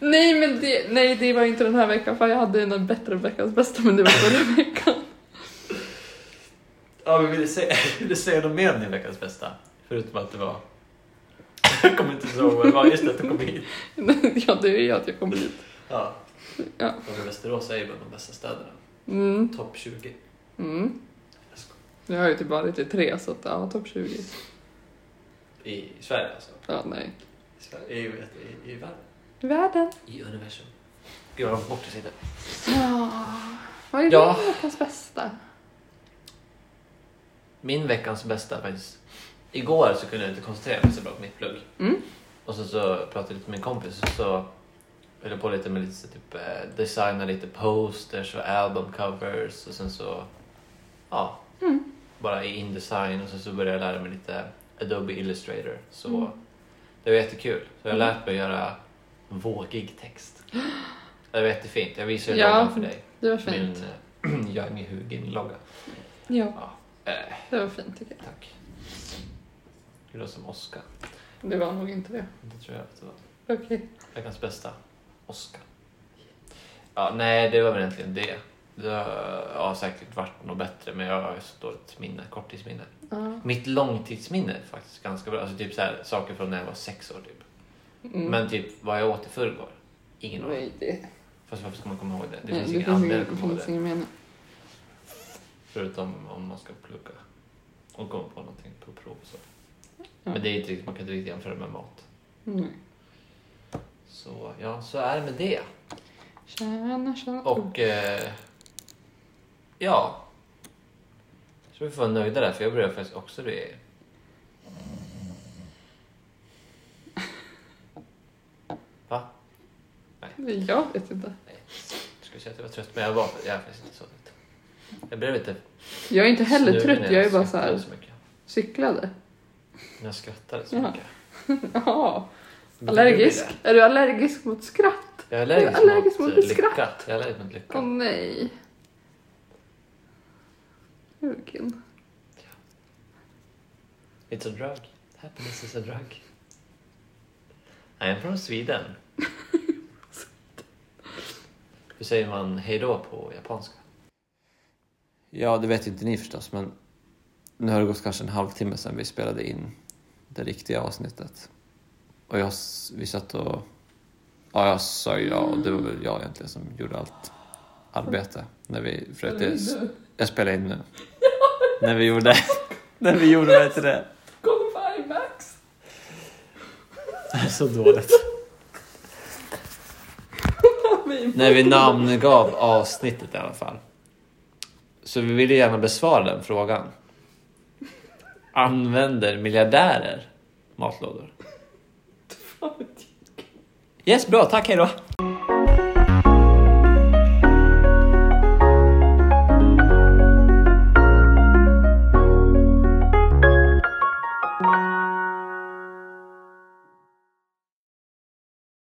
[SPEAKER 2] Nej, men det, nej, det var inte den här veckan. För jag hade en bättre veckans bästa, men det var förra veckan.
[SPEAKER 1] Ja, men vill du säga, vill du säga något mer om din veckans bästa? Förutom att det var... Jag kommer inte ihåg vad det var, just det, att du kom hit.
[SPEAKER 2] Ja, det är ju att jag kom hit.
[SPEAKER 1] Ja.
[SPEAKER 2] Ja.
[SPEAKER 1] Och Västerås är ju bland de bästa städerna.
[SPEAKER 2] Mm.
[SPEAKER 1] Topp 20.
[SPEAKER 2] Mm. Jag har ju typ varit i tre, så att, ja, topp 20.
[SPEAKER 1] I Sverige alltså.
[SPEAKER 2] Ja, nej.
[SPEAKER 1] I, Sverige- i, i, i världen.
[SPEAKER 2] Världen.
[SPEAKER 1] I universum. Gud vad långt bort du sitter.
[SPEAKER 2] Ja. Vad är
[SPEAKER 1] Ja.
[SPEAKER 2] din veckans bästa?
[SPEAKER 1] Min veckans bästa faktiskt. Igår så kunde jag inte koncentrera mig så bra på mitt plugg.
[SPEAKER 2] Mm.
[SPEAKER 1] Och sen så pratade jag lite med min kompis och så höll jag på lite med lite så typ eh, designa lite posters och album covers och sen så ja,
[SPEAKER 2] Mm.
[SPEAKER 1] bara i Indesign och sen så började jag lära mig lite Adobe Illustrator. Så
[SPEAKER 2] Mm.
[SPEAKER 1] det var jättekul. Så jag har
[SPEAKER 2] Mm.
[SPEAKER 1] lärt mig att göra vågig text. Det var jättefint. Jag visade
[SPEAKER 2] Ja.
[SPEAKER 1] loggan för dig.
[SPEAKER 2] Det var
[SPEAKER 1] Min
[SPEAKER 2] fint.
[SPEAKER 1] eh, Young Hugin-logga.
[SPEAKER 2] Ja,
[SPEAKER 1] Eh,
[SPEAKER 2] det var fint tycker jag.
[SPEAKER 1] Tack. Du låter som Oscar.
[SPEAKER 2] Det var nog inte det.
[SPEAKER 1] Det tror jag att det var.
[SPEAKER 2] Okej.
[SPEAKER 1] Veckans bästa. Oscar. Ja, nej, det var väl egentligen det. Det har ja, säkert varit något bättre, men jag har så dåligt minne, korttidsminne.
[SPEAKER 2] Ja.
[SPEAKER 1] Mitt långtidsminne är faktiskt ganska bra. Alltså typ så här, saker från när jag var sex år typ.
[SPEAKER 2] Mm.
[SPEAKER 1] Men typ vad jag åt i förrgår? Ingen aning.
[SPEAKER 2] Nej, det,
[SPEAKER 1] Fast varför ska man komma ihåg det? Det
[SPEAKER 2] nej,
[SPEAKER 1] finns ingen anledning att
[SPEAKER 2] det
[SPEAKER 1] komma ihåg
[SPEAKER 2] finns
[SPEAKER 1] det.
[SPEAKER 2] ingen mening.
[SPEAKER 1] Förutom om man ska plugga och komma på någonting på prov och så.
[SPEAKER 2] Ja. Mm.
[SPEAKER 1] Men det är inte riktigt, man kan inte riktigt jämföra med mat.
[SPEAKER 2] Nej.
[SPEAKER 1] Så ja, så är det med det.
[SPEAKER 2] Tjena, tjena.
[SPEAKER 1] Och eh, ja. Jag tror vi får vara nöjda där för jag börjar faktiskt också det. Va?
[SPEAKER 2] Nej, Jag vet inte.
[SPEAKER 1] Jag skulle säga att jag var trött men jag var jag är faktiskt inte så trött. Jag blev lite
[SPEAKER 2] Jag är inte heller
[SPEAKER 1] snuvig
[SPEAKER 2] trött,
[SPEAKER 1] när
[SPEAKER 2] jag är bara så
[SPEAKER 1] skrattade
[SPEAKER 2] här
[SPEAKER 1] så mycket.
[SPEAKER 2] cyklade.
[SPEAKER 1] När jag skrattade så
[SPEAKER 2] Ja.
[SPEAKER 1] mycket.
[SPEAKER 2] Ja.
[SPEAKER 1] Men det
[SPEAKER 2] Allergisk?
[SPEAKER 1] gjorde
[SPEAKER 2] Är du allergisk mot skratt?
[SPEAKER 1] Jag Jag är
[SPEAKER 2] Jag
[SPEAKER 1] allergisk,
[SPEAKER 2] är allergisk
[SPEAKER 1] mot,
[SPEAKER 2] mot
[SPEAKER 1] mot lycka.
[SPEAKER 2] skratt.
[SPEAKER 1] Jag är allergisk mot lycka.
[SPEAKER 2] Åh nej. Jörgen.
[SPEAKER 1] It's a drug. Happiness is a drug. I am from Sweden. Hur säger man hejdå på japanska? Ja, det vet ju inte ni förstås, men nu har det gått kanske en halvtimme sedan vi spelade in det riktiga avsnittet. Och jag, s- vi satt och... Ja, jag sa ju ja och det var väl jag egentligen som gjorde allt arbete när vi försökte... s- Jag spelar in nu. när vi gjorde... när vi gjorde det till det.
[SPEAKER 2] Kom Max.
[SPEAKER 1] Så dåligt.
[SPEAKER 2] Mig
[SPEAKER 1] när vi namngav avsnittet i alla fall. Så vi ville gärna besvara den frågan. Använder miljardärer matlådor? Yes, bra. Tack, hej då.